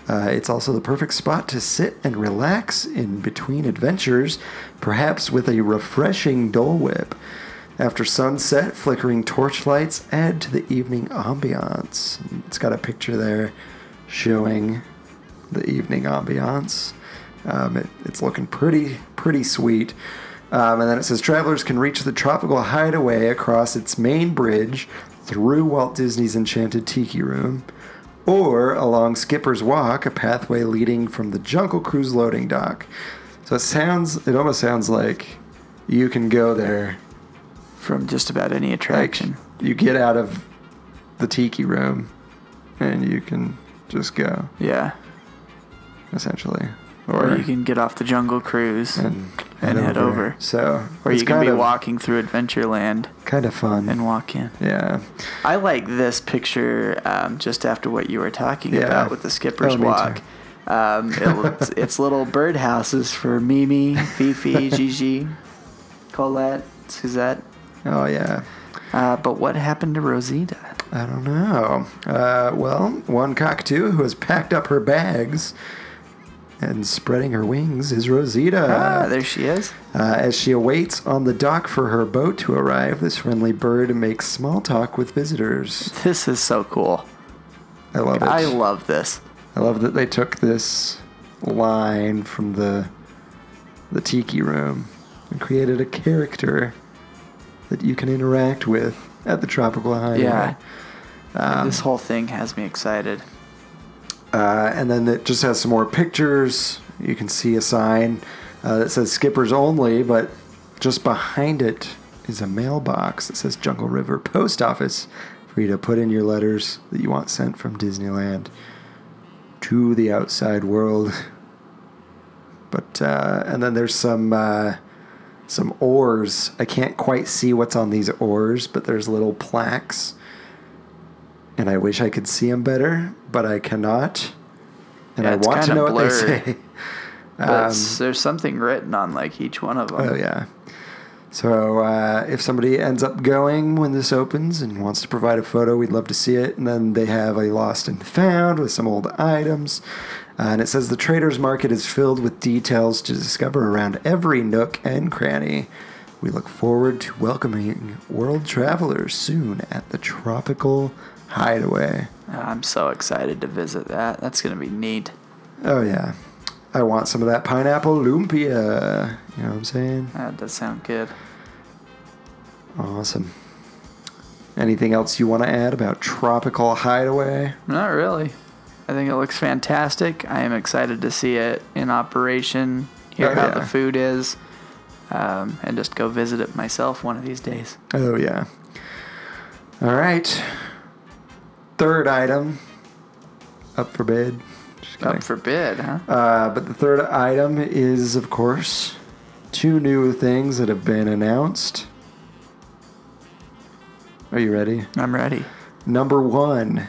[SPEAKER 5] Uh, it's also the perfect spot to sit and relax in between adventures, perhaps with a refreshing Dole Whip. After sunset, flickering torchlights add to the evening ambiance. It's got a picture there showing the evening ambiance. Um, it- it's looking pretty, pretty sweet. Um, and then it says travelers can reach the tropical hideaway across its main bridge through Walt Disney's Enchanted Tiki Room, or along Skipper's Walk, a pathway leading from the Jungle Cruise loading dock. So it sounds, it almost sounds like you can go there
[SPEAKER 6] From just about any
[SPEAKER 5] like
[SPEAKER 6] attraction.
[SPEAKER 5] you get out of the tiki room and you can just go
[SPEAKER 6] yeah.
[SPEAKER 5] essentially
[SPEAKER 6] Or, you can get off the jungle cruise.
[SPEAKER 5] and
[SPEAKER 6] and head over.
[SPEAKER 5] so
[SPEAKER 6] or you
[SPEAKER 5] it's
[SPEAKER 6] can
[SPEAKER 5] kind
[SPEAKER 6] be
[SPEAKER 5] of,
[SPEAKER 6] walking through Adventureland
[SPEAKER 5] kind of fun
[SPEAKER 6] and walk in.
[SPEAKER 5] yeah
[SPEAKER 6] I like this picture um, just after what you were talking
[SPEAKER 5] Yeah.
[SPEAKER 6] about with the skipper's
[SPEAKER 5] Oh, me too.
[SPEAKER 6] walk. Um, it,
[SPEAKER 5] [laughs]
[SPEAKER 6] looks- it's little birdhouses for Mimi, Fifi, Gigi, Colette, Suzette.
[SPEAKER 5] oh yeah
[SPEAKER 6] Uh, but what happened to Rosita?
[SPEAKER 5] I don't know. Uh, well, one cockatoo who has packed up her bags and spreading her wings is Rosita.
[SPEAKER 6] Ah, there she is.
[SPEAKER 5] Uh, as she awaits on the dock for her boat to arrive, this friendly bird makes small talk with visitors.
[SPEAKER 6] This is so cool.
[SPEAKER 5] I love it.
[SPEAKER 6] I love this.
[SPEAKER 5] I love that they took this line from the the tiki room and created a character that you can interact with at the tropical hideaway.
[SPEAKER 6] Yeah.
[SPEAKER 5] Um,
[SPEAKER 6] this whole thing has me excited.
[SPEAKER 5] Uh, and then it just has some more pictures. You can see a sign uh, that says "Skippers Only," but just behind it is a mailbox that says Jungle River Post Office for you to put in your letters that you want sent from Disneyland to the outside world. But uh, and then there's some uh, some oars. I can't quite see what's on these oars, but there's little plaques and I wish I could see them better, but I cannot. And
[SPEAKER 6] Yeah,
[SPEAKER 5] I
[SPEAKER 6] it's
[SPEAKER 5] want to
[SPEAKER 6] kinda
[SPEAKER 5] know what
[SPEAKER 6] blurred.
[SPEAKER 5] they say.
[SPEAKER 6] But
[SPEAKER 5] um,
[SPEAKER 6] it's- there's something written on like each one of them.
[SPEAKER 5] Oh yeah. So uh, if somebody ends up going when this opens and wants to provide a photo, we'd love to see it. And then they have a lost and found with some old items. Uh, and it says the traders market is filled with details to discover around every nook and cranny. We look forward to welcoming world travelers soon at the tropical hideaway.
[SPEAKER 6] I'm so excited to visit that. That's gonna be neat.
[SPEAKER 5] Oh yeah. I want some of that pineapple lumpia. You know what I'm saying?
[SPEAKER 6] That does sound good.
[SPEAKER 5] Awesome. Anything else you want to add about Tropical Hideaway?
[SPEAKER 6] Not really. I think it looks fantastic. I am excited to see it in operation, hear
[SPEAKER 5] Oh,
[SPEAKER 6] how
[SPEAKER 5] yeah.
[SPEAKER 6] the food is, um, and just go visit it myself one of these days.
[SPEAKER 5] Oh yeah. All right. Third item up for bid. Just kidding.
[SPEAKER 6] Up for bid, huh?
[SPEAKER 5] Uh, but the third item is, of course, two new things that have been announced. Are you ready?
[SPEAKER 6] I'm ready.
[SPEAKER 5] Number one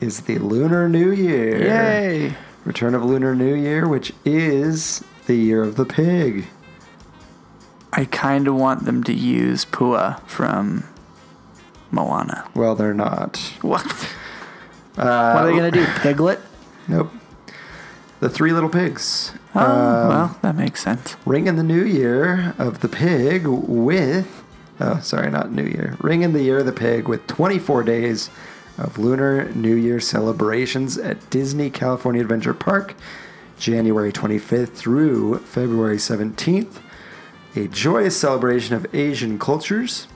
[SPEAKER 5] is the Lunar New Year.
[SPEAKER 6] Yay!
[SPEAKER 5] Return of Lunar New Year, which is the year of the pig.
[SPEAKER 6] I kind of want them to use Pua from Moana.
[SPEAKER 5] Well, they're not. Uh,
[SPEAKER 6] What? what are they
[SPEAKER 5] [laughs]
[SPEAKER 6] gonna do? Piglet?
[SPEAKER 5] Nope. The Three Little Pigs.
[SPEAKER 6] Oh, well, that makes sense.
[SPEAKER 5] Ring in the New Year of the Pig with. Oh, sorry, not New Year. Ring in the Year of the Pig with 24 days of Lunar New Year celebrations at Disney California Adventure Park, January 25th through February 17th. A joyous celebration of Asian cultures,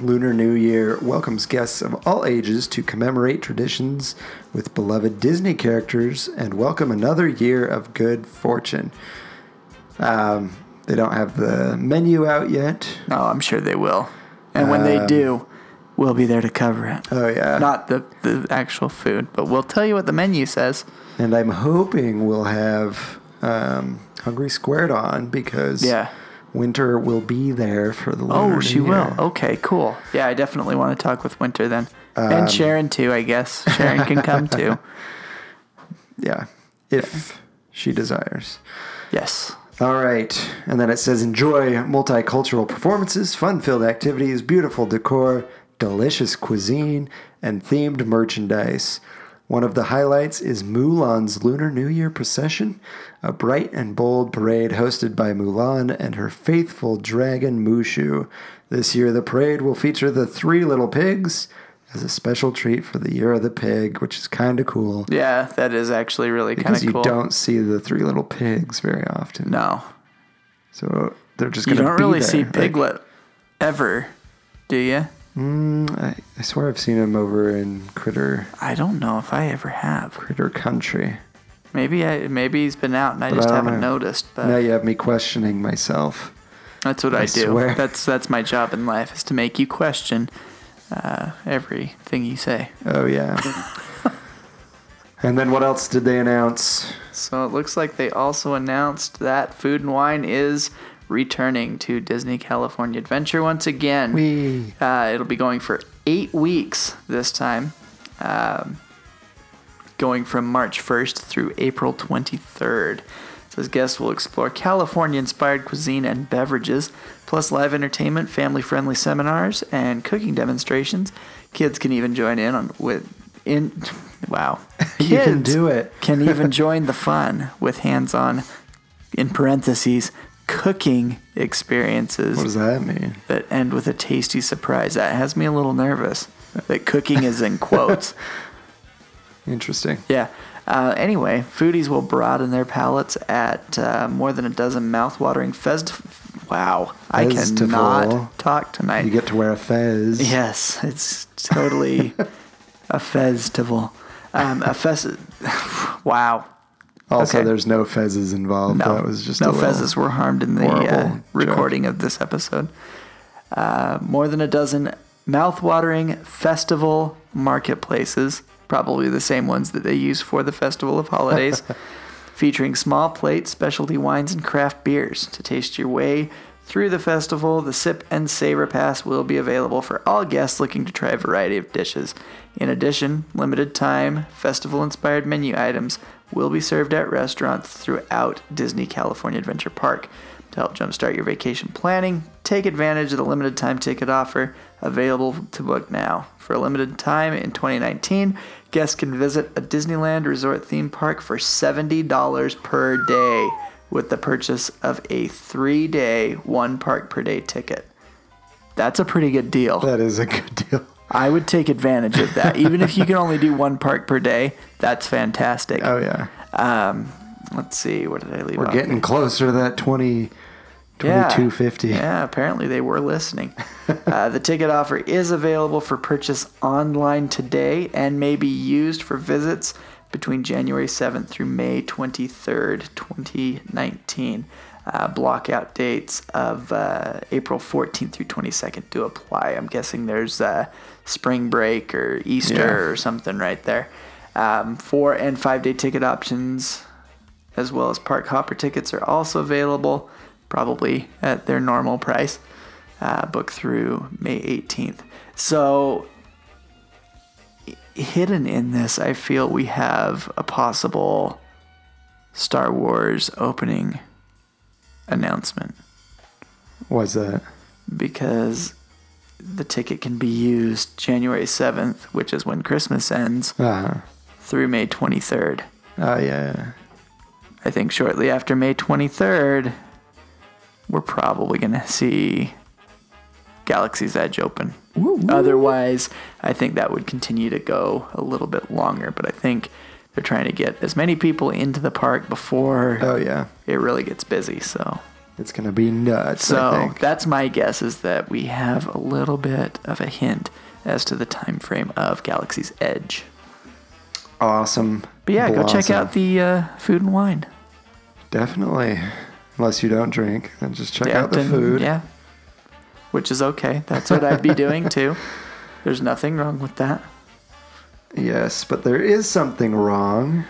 [SPEAKER 5] Lunar New Year welcomes guests of all ages to commemorate traditions with beloved Disney characters and welcome another year of good fortune. Um, they don't have the menu out yet.
[SPEAKER 6] Oh, I'm sure they will. And when they do, we'll be there to cover it.
[SPEAKER 5] Oh, yeah.
[SPEAKER 6] Not the, the actual food, but we'll tell you what the menu says.
[SPEAKER 5] And I'm hoping we'll have um, Hungry Squared on because
[SPEAKER 6] Yeah.
[SPEAKER 5] Winter will be there for the Lunar
[SPEAKER 6] Oh,
[SPEAKER 5] New
[SPEAKER 6] she
[SPEAKER 5] Year.
[SPEAKER 6] will. Okay, cool. Yeah, I definitely want to talk with Winter then.
[SPEAKER 5] Um,
[SPEAKER 6] and Sharon too,
[SPEAKER 5] [laughs]
[SPEAKER 6] I guess. Sharon can come too.
[SPEAKER 5] Yeah, if she desires.
[SPEAKER 6] Yes.
[SPEAKER 5] All right. And then it says enjoy multicultural performances, fun filled activities, beautiful decor, delicious cuisine, and themed merchandise. One of the highlights is Mulan's Lunar New Year procession, a bright and bold parade hosted by Mulan and her faithful dragon Mushu. This year, the parade will feature the three little pigs as a special treat for the Year of the Pig, which is kind of cool
[SPEAKER 6] Yeah, that is actually really kind
[SPEAKER 5] because
[SPEAKER 6] of
[SPEAKER 5] you
[SPEAKER 6] cool.
[SPEAKER 5] don't see the three little pigs very often.
[SPEAKER 6] no,
[SPEAKER 5] So they're just
[SPEAKER 6] you
[SPEAKER 5] gonna.
[SPEAKER 6] don't
[SPEAKER 5] be
[SPEAKER 6] really
[SPEAKER 5] there.
[SPEAKER 6] see
[SPEAKER 5] Like,
[SPEAKER 6] Piglet ever, do you?
[SPEAKER 5] I, I swear I've seen him over in Critter
[SPEAKER 6] I don't know if I ever have.
[SPEAKER 5] Critter Country.
[SPEAKER 6] Maybe I maybe he's been out and I just
[SPEAKER 5] I don't
[SPEAKER 6] haven't
[SPEAKER 5] know.
[SPEAKER 6] noticed. But
[SPEAKER 5] now you have me questioning myself.
[SPEAKER 6] that's what I,
[SPEAKER 5] I
[SPEAKER 6] do.
[SPEAKER 5] swear.
[SPEAKER 6] That's that's my job in life is to make you question uh, everything you say.
[SPEAKER 5] Oh
[SPEAKER 6] [laughs]
[SPEAKER 5] yeah. and then what else did they announce?
[SPEAKER 6] So it looks like they also announced that Food and Wine is returning to Disney California Adventure once again.
[SPEAKER 5] Whee.
[SPEAKER 6] Uh, it'll be going for eight weeks this time, um, going from March 1st through April 23rd. So his guests will explore California inspired cuisine and beverages, plus live entertainment, family friendly seminars, and cooking demonstrations. Kids can even join in on with in [laughs] wow.
[SPEAKER 5] [laughs]
[SPEAKER 6] Kids
[SPEAKER 5] You can do it.
[SPEAKER 6] [laughs]
[SPEAKER 5] [laughs]
[SPEAKER 6] can even join the fun with hands-on in parentheses cooking experiences
[SPEAKER 5] What does that mean?
[SPEAKER 6] that end with a tasty surprise. That has me a little nervous. That cooking is in quotes.
[SPEAKER 5] [laughs] Interesting.
[SPEAKER 6] Yeah. Uh, anyway, foodies will broaden their palates at uh, more than a dozen mouth-watering fest. Wow, I
[SPEAKER 5] Festival.
[SPEAKER 6] cannot talk tonight.
[SPEAKER 5] You get to wear a fez.
[SPEAKER 6] Yes, it's totally
[SPEAKER 5] [laughs]
[SPEAKER 6] a festival. Um, a fest. [laughs] wow.
[SPEAKER 5] Also,
[SPEAKER 6] okay.
[SPEAKER 5] there's no fezes involved.
[SPEAKER 6] No,
[SPEAKER 5] That was just a
[SPEAKER 6] no
[SPEAKER 5] little-
[SPEAKER 6] fezzes were harmed in the
[SPEAKER 5] horrible
[SPEAKER 6] uh,
[SPEAKER 5] joke.
[SPEAKER 6] recording of this episode. Uh, more than a dozen mouth-watering festival marketplaces, probably the same ones that they use for the festival of holidays,
[SPEAKER 5] [laughs]
[SPEAKER 6] featuring small plates, specialty wines, and craft beers to taste your way. Through the festival, the Sip and Savor Pass will be available for all guests looking to try a variety of dishes. In addition, limited time, festival inspired menu items will be served at restaurants throughout Disney California Adventure Park. To help jumpstart your vacation planning, take advantage of the limited time ticket offer available to book now. For a limited time in 2019, guests can visit a Disneyland resort theme park for $70 per day with the purchase of a three day, one park per day ticket. That's a pretty good deal.
[SPEAKER 5] That is a good deal.
[SPEAKER 6] I would take advantage of
[SPEAKER 5] [laughs]
[SPEAKER 6] that. Even if you can only do one park per day, that's fantastic.
[SPEAKER 5] Oh yeah.
[SPEAKER 6] Let's see, what did I leave
[SPEAKER 5] We're
[SPEAKER 6] off?
[SPEAKER 5] getting closer to that 20,
[SPEAKER 6] Yeah.
[SPEAKER 5] 2250.
[SPEAKER 6] Yeah, apparently they were listening.
[SPEAKER 5] [laughs]
[SPEAKER 6] uh, the ticket offer is available for purchase online today and may be used for visits between January 7th through May 23rd, 2019. Uh, block out dates of uh, April 14th through 22nd to apply. I'm guessing there's uh, spring break or Easter
[SPEAKER 5] Yeah.
[SPEAKER 6] or something right there. Um, four and five day ticket options as well as park hopper tickets are also available. probably at their normal price. Uh, book through May 18th. So, h- hidden in this, I feel we have a possible Star Wars opening announcement
[SPEAKER 5] Was that?
[SPEAKER 6] because the ticket can be used January 7th, which is when Christmas ends,
[SPEAKER 5] Uh,
[SPEAKER 6] through May 23rd.
[SPEAKER 5] oh, yeah.
[SPEAKER 6] I think shortly after May 23rd, we're probably going to see Galaxy's Edge open. Otherwise, I think that would continue to go a little bit longer, but I think they're trying to get as many people into the park before
[SPEAKER 5] Oh, yeah.
[SPEAKER 6] it really gets busy. So,
[SPEAKER 5] It's going to be nuts. I
[SPEAKER 6] so
[SPEAKER 5] think.
[SPEAKER 6] that's my guess is that we have a little bit of a hint as to the time frame of Galaxy's Edge.
[SPEAKER 5] awesome.
[SPEAKER 6] But yeah, go check
[SPEAKER 5] Blossom.
[SPEAKER 6] out the uh, food and wine.
[SPEAKER 5] Definitely. Unless you don't drink, then just check out the
[SPEAKER 6] Downton,
[SPEAKER 5] food.
[SPEAKER 6] Yeah. Which is okay. That's what
[SPEAKER 5] [laughs]
[SPEAKER 6] I'd be doing too. There's nothing wrong with that.
[SPEAKER 5] Yes, but there is something wrong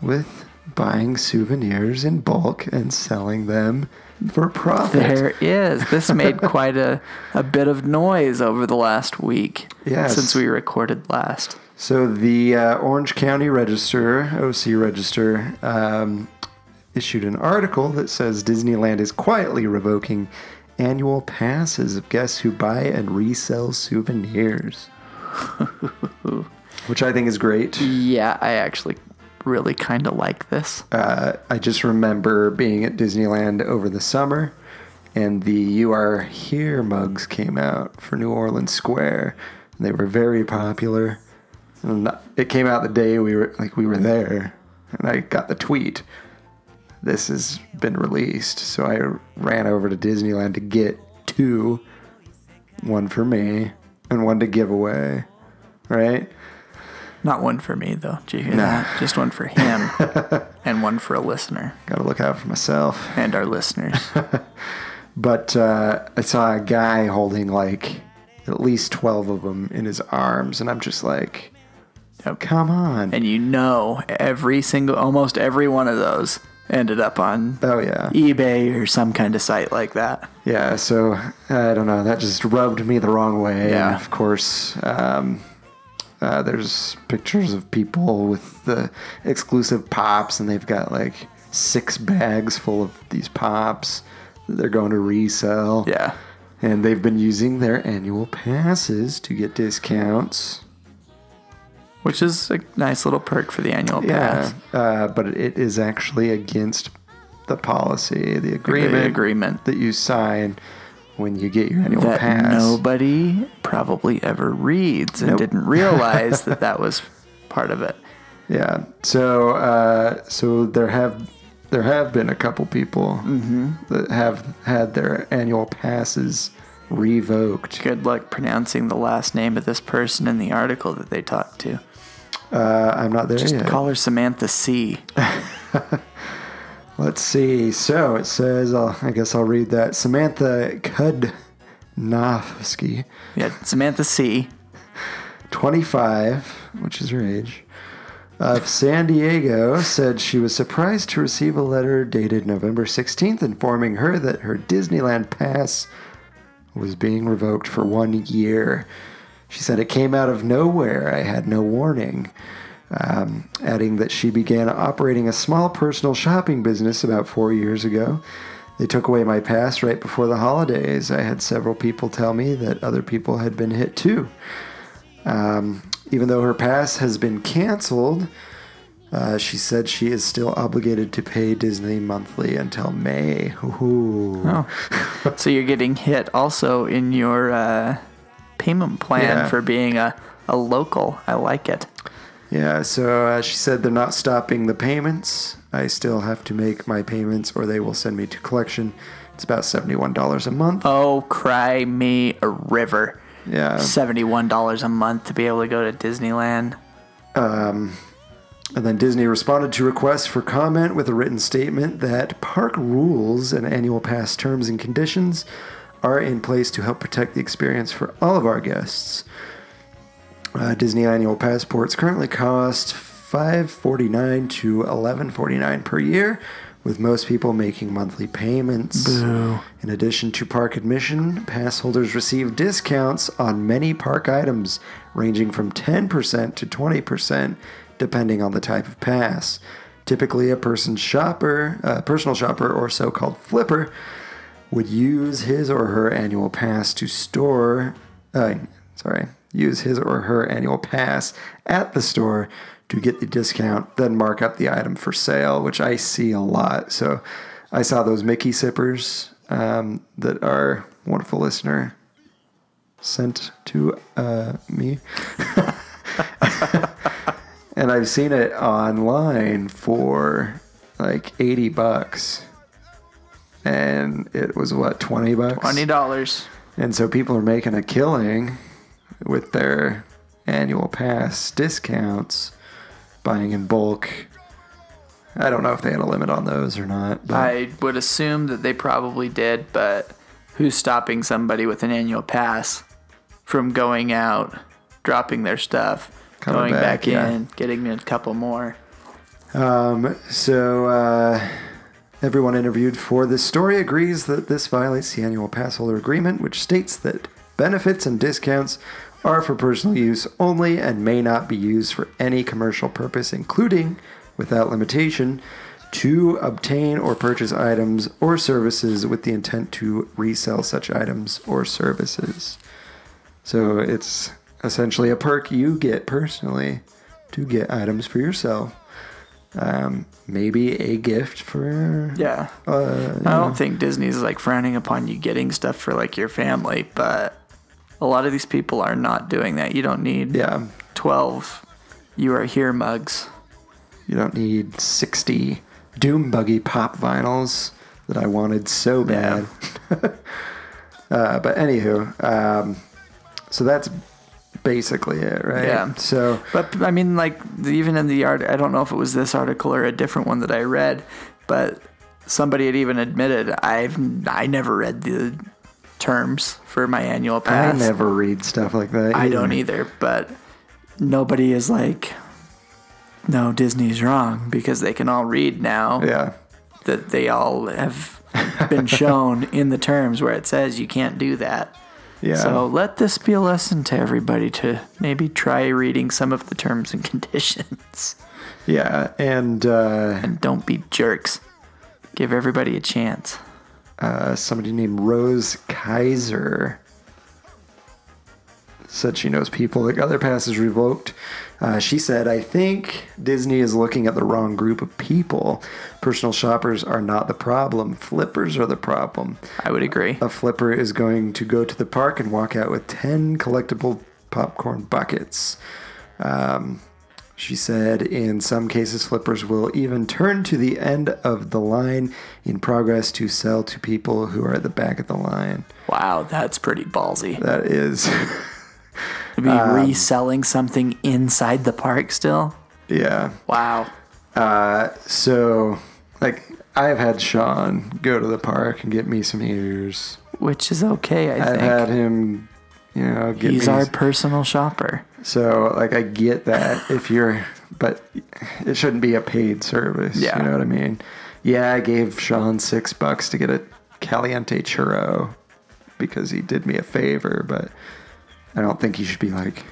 [SPEAKER 5] with buying souvenirs in bulk and selling them for profit.
[SPEAKER 6] There is. This
[SPEAKER 5] [laughs]
[SPEAKER 6] made quite a, a bit of noise over the last week
[SPEAKER 5] Yes.
[SPEAKER 6] since we recorded last.
[SPEAKER 5] So the uh, Orange County Register, OC Register, um, issued an article that says Disneyland is quietly revoking annual passes of guests who buy and resell
[SPEAKER 6] [laughs]
[SPEAKER 5] souvenirs. Which I think is great.
[SPEAKER 6] Yeah, I actually really kind of like this.
[SPEAKER 5] Uh, I just remember being at Disneyland over the summer and the You Are Here mugs came out for New Orleans Square. And they were very popular. And it came out the day we were like we were there and I got the tweet. This has been released. So I ran over to Disneyland to get two. One for me and one to give away. Right?
[SPEAKER 6] Not one for me, though. Did you hear that? Just one for him
[SPEAKER 5] [laughs]
[SPEAKER 6] and one for a listener
[SPEAKER 5] Gotta look out for myself.
[SPEAKER 6] and our listeners.
[SPEAKER 5] but uh, I saw a guy holding like at least 12 of them in his arms, and I'm just like, oh, come on.
[SPEAKER 6] and you know, every single, almost every one of those ended up on
[SPEAKER 5] oh, yeah.
[SPEAKER 6] eBay or some kind of site like that.
[SPEAKER 5] Yeah, so I don't know. That just rubbed me the wrong way. And
[SPEAKER 6] Yeah.
[SPEAKER 5] of course, um, uh, there's pictures of people with the exclusive pops, and they've got like six bags full of these pops that they're going to resell.
[SPEAKER 6] Yeah.
[SPEAKER 5] And they've been using their annual passes to get discounts.
[SPEAKER 6] Which is a nice little perk for the annual
[SPEAKER 5] Yeah,
[SPEAKER 6] pass.
[SPEAKER 5] uh, but it is actually against the policy, the agreement,
[SPEAKER 6] agreement.
[SPEAKER 5] that you sign when you get your annual
[SPEAKER 6] That
[SPEAKER 5] pass.
[SPEAKER 6] nobody probably ever reads and
[SPEAKER 5] Nope.
[SPEAKER 6] didn't realize
[SPEAKER 5] [laughs]
[SPEAKER 6] that that was part of it.
[SPEAKER 5] Yeah. So, uh, so there have there have been a couple people
[SPEAKER 6] Mm-hmm.
[SPEAKER 5] that have had their annual passes revoked.
[SPEAKER 6] Good luck pronouncing the last name of this person in the article that they talked to.
[SPEAKER 5] Uh, I'm not there
[SPEAKER 6] Just
[SPEAKER 5] yet.
[SPEAKER 6] call her Samantha C.
[SPEAKER 5] Let's see. So it says, I'll, I guess I'll read that. Samantha Kudnovsky.
[SPEAKER 6] Yeah, Samantha C.
[SPEAKER 5] 25, which is her age, of San Diego said she was surprised to receive a letter dated November 16th informing her that her Disneyland pass was being revoked for one year. She said it came out of nowhere. I had no warning. Um, adding that she began operating a small personal shopping business about four years ago. They took away my pass right before the holidays. I had several people tell me that other people had been hit too. Um, even though her pass has been canceled, uh, she said she is still obligated to pay Disney monthly until May. Ooh.
[SPEAKER 6] So you're getting hit also in your uh, payment plan
[SPEAKER 5] Yeah.
[SPEAKER 6] for being a, a local. I like it.
[SPEAKER 5] Yeah, so uh, she said they're not stopping the payments. I still have to make my payments or they will send me to collection. It's about $71 a month.
[SPEAKER 6] Oh, cry me a river.
[SPEAKER 5] yeah.
[SPEAKER 6] $71 a month to be able to go to Disneyland.
[SPEAKER 5] And then Disney responded to requests for comment with a written statement that park rules and annual pass terms and conditions are in place to help protect the experience for all of our guests. Uh, Disney annual passports currently cost $5.49 to $11.49 per year, with most people making monthly payments. In addition to park admission, pass holders receive discounts on many park items, ranging from 10% to 20%, depending on the type of pass. Typically, a person's shopper, a personal shopper, or so called flipper, would use his or her annual pass to store, uh, sorry, use his or her annual pass at the store to get the discount, then mark up the item for sale, which I see a lot. So I saw those Mickey sippers um, that our wonderful listener sent to uh, me. [laughs] and I've seen it online for like 80 bucks. And it was what, 20 bucks?
[SPEAKER 6] Twenty dollars.
[SPEAKER 5] And so people are making a killing with their annual pass discounts, buying in bulk. I don't know if they had a limit on those or not. But
[SPEAKER 6] I would assume that they probably did, but who's stopping somebody with an annual pass from going out, dropping their stuff,
[SPEAKER 5] Coming
[SPEAKER 6] going
[SPEAKER 5] back,
[SPEAKER 6] back,
[SPEAKER 5] yeah.
[SPEAKER 6] in, getting a couple more?
[SPEAKER 5] So, uh, everyone interviewed for this story agrees that this violates the annual pass holder agreement, which states that benefits and discounts are for personal use only and may not be used for any commercial purpose, including, without limitation, to obtain or purchase items or services with the intent to resell such items or services. So, it's essentially a perk you get personally to get items for yourself maybe a gift for
[SPEAKER 6] Yeah.
[SPEAKER 5] Uh,
[SPEAKER 6] I don't think Disney's like frowning upon you getting stuff for like your family, but a lot of these people are not doing that. You don't need
[SPEAKER 5] yeah
[SPEAKER 6] 12 you are here mugs.
[SPEAKER 5] you don't need 60 doom buggy pop vinyls that i wanted so bad [laughs] uh, but anywho um, so that's basically it right
[SPEAKER 6] Yeah.
[SPEAKER 5] so
[SPEAKER 6] But I mean, like even in the art, I don't know if it was this article or a different one that I read, but somebody had even admitted I've I never read the terms for my annual
[SPEAKER 5] i
[SPEAKER 6] pass.
[SPEAKER 5] never read stuff like that
[SPEAKER 6] I don't either, but nobody is like, no, Disney's wrong because they can all read now
[SPEAKER 5] yeah
[SPEAKER 6] that they all have been
[SPEAKER 5] [laughs]
[SPEAKER 6] shown in the terms where it says you can't do that.
[SPEAKER 5] yeah
[SPEAKER 6] So let this be a lesson to everybody to maybe try reading some of the terms and [laughs] conditions.
[SPEAKER 5] yeah and uh,
[SPEAKER 6] And don't be jerks. Give everybody a chance.
[SPEAKER 5] uh, somebody named rose kaiser said she knows people that got their passes revoked. Uh, she said, I think Disney is looking at the wrong group of people. Personal shoppers are not the problem, flippers are the problem.
[SPEAKER 6] I would agree.
[SPEAKER 5] A flipper is going to go to the park and walk out with 10 collectible popcorn buckets. Um, she said, in some cases, flippers will even turn to the end of the line in progress to sell to people who are at the back of the line.
[SPEAKER 6] Wow, that's pretty ballsy.
[SPEAKER 5] That is, [laughs]
[SPEAKER 6] To be
[SPEAKER 5] Um,
[SPEAKER 6] reselling something inside the park still.
[SPEAKER 5] yeah.
[SPEAKER 6] Wow.
[SPEAKER 5] So, like, I've had Sean go to the park and get me some ears.
[SPEAKER 6] Which is okay, I
[SPEAKER 5] I've
[SPEAKER 6] think.
[SPEAKER 5] had him, you know, get
[SPEAKER 6] He's
[SPEAKER 5] me.
[SPEAKER 6] our personal shopper.
[SPEAKER 5] so, like, I get that if you're, but it shouldn't be a paid service.
[SPEAKER 6] Yeah.
[SPEAKER 5] You know what I mean? Yeah, I gave Sean six bucks to get a caliente churro because he did me a favor, but I don't think he should be like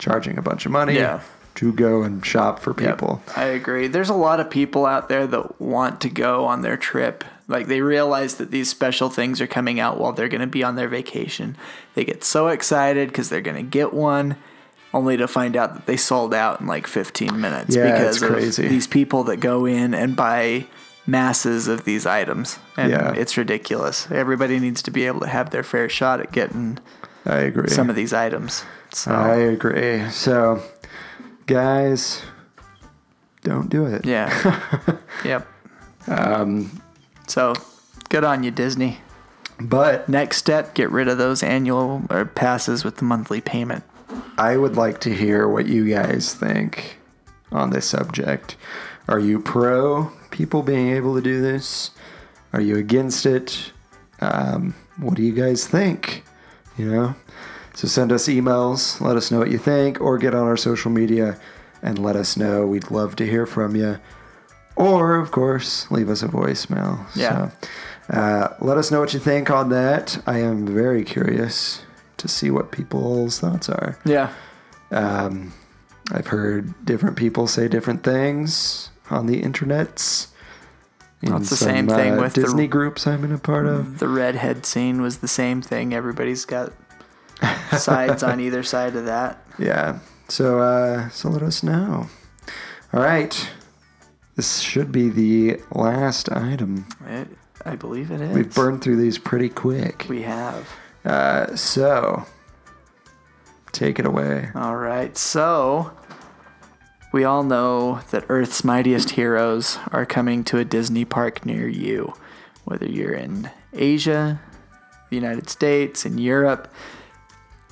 [SPEAKER 5] charging a bunch of money
[SPEAKER 6] Yeah.
[SPEAKER 5] to go and shop for people.
[SPEAKER 6] I agree. There's a lot of people out there that want to go on their trip. Like they realize that these special things are coming out while they're going to be on their vacation. They get so excited because they're going to get one, only to find out that they sold out in like 15 minutes
[SPEAKER 5] Yeah,
[SPEAKER 6] because
[SPEAKER 5] it's
[SPEAKER 6] of
[SPEAKER 5] crazy.
[SPEAKER 6] these people that go in and buy masses of these items. And
[SPEAKER 5] Yeah.
[SPEAKER 6] it's ridiculous. Everybody needs to be able to have their fair shot at getting
[SPEAKER 5] I agree.
[SPEAKER 6] some of these items. So,
[SPEAKER 5] I agree. So, guys, don't do it.
[SPEAKER 6] yeah. yep. Um, so good on you, Disney.
[SPEAKER 5] But
[SPEAKER 6] Next step, get rid of those annual or passes with the monthly payment.
[SPEAKER 5] I would like to hear what you guys think on this subject. Are you pro people being able to do this? Are you against it? Um, what do you guys think? You know? So send us emails, let us know what you think, or get on our social media and let us know. We'd love to hear from you. Or, of course, leave us a voicemail.
[SPEAKER 6] Yeah.
[SPEAKER 5] So, uh, let us know what you think on that. I am very curious to see what people's thoughts are.
[SPEAKER 6] Yeah.
[SPEAKER 5] Um, I've heard different people say different things on the internets. In
[SPEAKER 6] Well, it's the same thing with the-
[SPEAKER 5] Disney groups I've been a part of.
[SPEAKER 6] The redhead scene was the same thing. Everybody's got sides on either side of that.
[SPEAKER 5] Yeah. So uh, so let us know. All right. This should be the last item.
[SPEAKER 6] It, I believe it is.
[SPEAKER 5] We've burned through these pretty quick.
[SPEAKER 6] We have.
[SPEAKER 5] So take it away.
[SPEAKER 6] All right. So we all know that Earth's mightiest heroes are coming to a Disney park near you, whether you're in Asia, the United States, in Europe.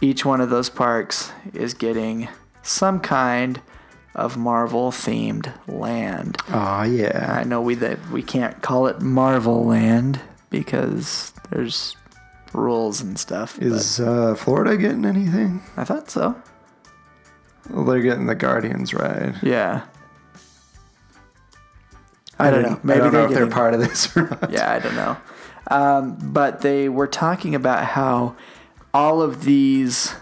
[SPEAKER 6] Each one of those parks is getting some kind of Marvel themed land.
[SPEAKER 5] Oh yeah.
[SPEAKER 6] I know we that we can't call it Marvel Land because there's rules and stuff. but
[SPEAKER 5] Is uh, Florida getting anything?
[SPEAKER 6] I thought so.
[SPEAKER 5] Well, they're getting the Guardians ride.
[SPEAKER 6] Yeah. I don't know. Maybe
[SPEAKER 5] I don't know
[SPEAKER 6] they're
[SPEAKER 5] if they're
[SPEAKER 6] getting-
[SPEAKER 5] part of this or not.
[SPEAKER 6] Yeah, I don't know. Um, but they were talking about how all of these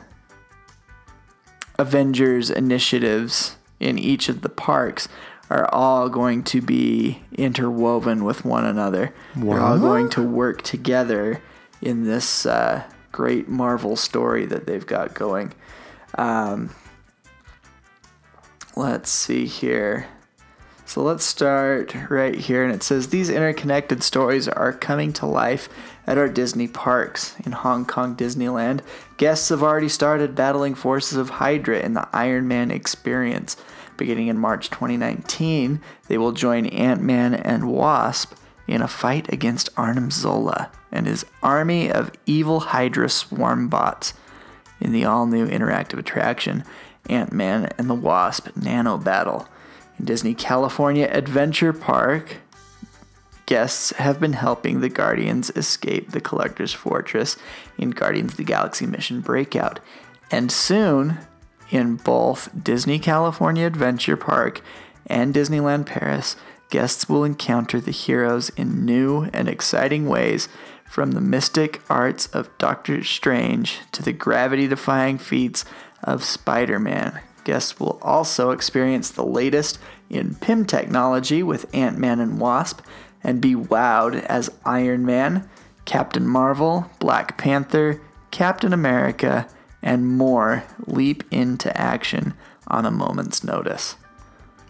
[SPEAKER 6] Avengers initiatives in each of the parks are all going to be interwoven with one another. They're all going to work together in this uh, great Marvel story that they've got going. Um, let's see here. So let's start right here. And it says these interconnected stories are coming to life at our Disney parks in Hong Kong Disneyland. Guests have already started battling forces of Hydra in the Iron Man experience. Beginning in March 2019, they will join Ant Man and Wasp in a fight against Arnim Zola and his army of evil Hydra swarm bots in the all new interactive attraction Ant Man and the Wasp Nano Battle. In Disney California Adventure Park, guests have been helping the Guardians escape the Collector's Fortress in Guardians of the Galaxy Mission Breakout. And soon, in both Disney California Adventure Park and Disneyland Paris, guests will encounter the heroes in new and exciting ways from the mystic arts of Doctor Strange to the gravity defying feats of Spider Man. Guests will also experience the latest in PIM technology with Ant Man and Wasp and be wowed as Iron Man, Captain Marvel, Black Panther, Captain America, and more leap into action on a moment's notice.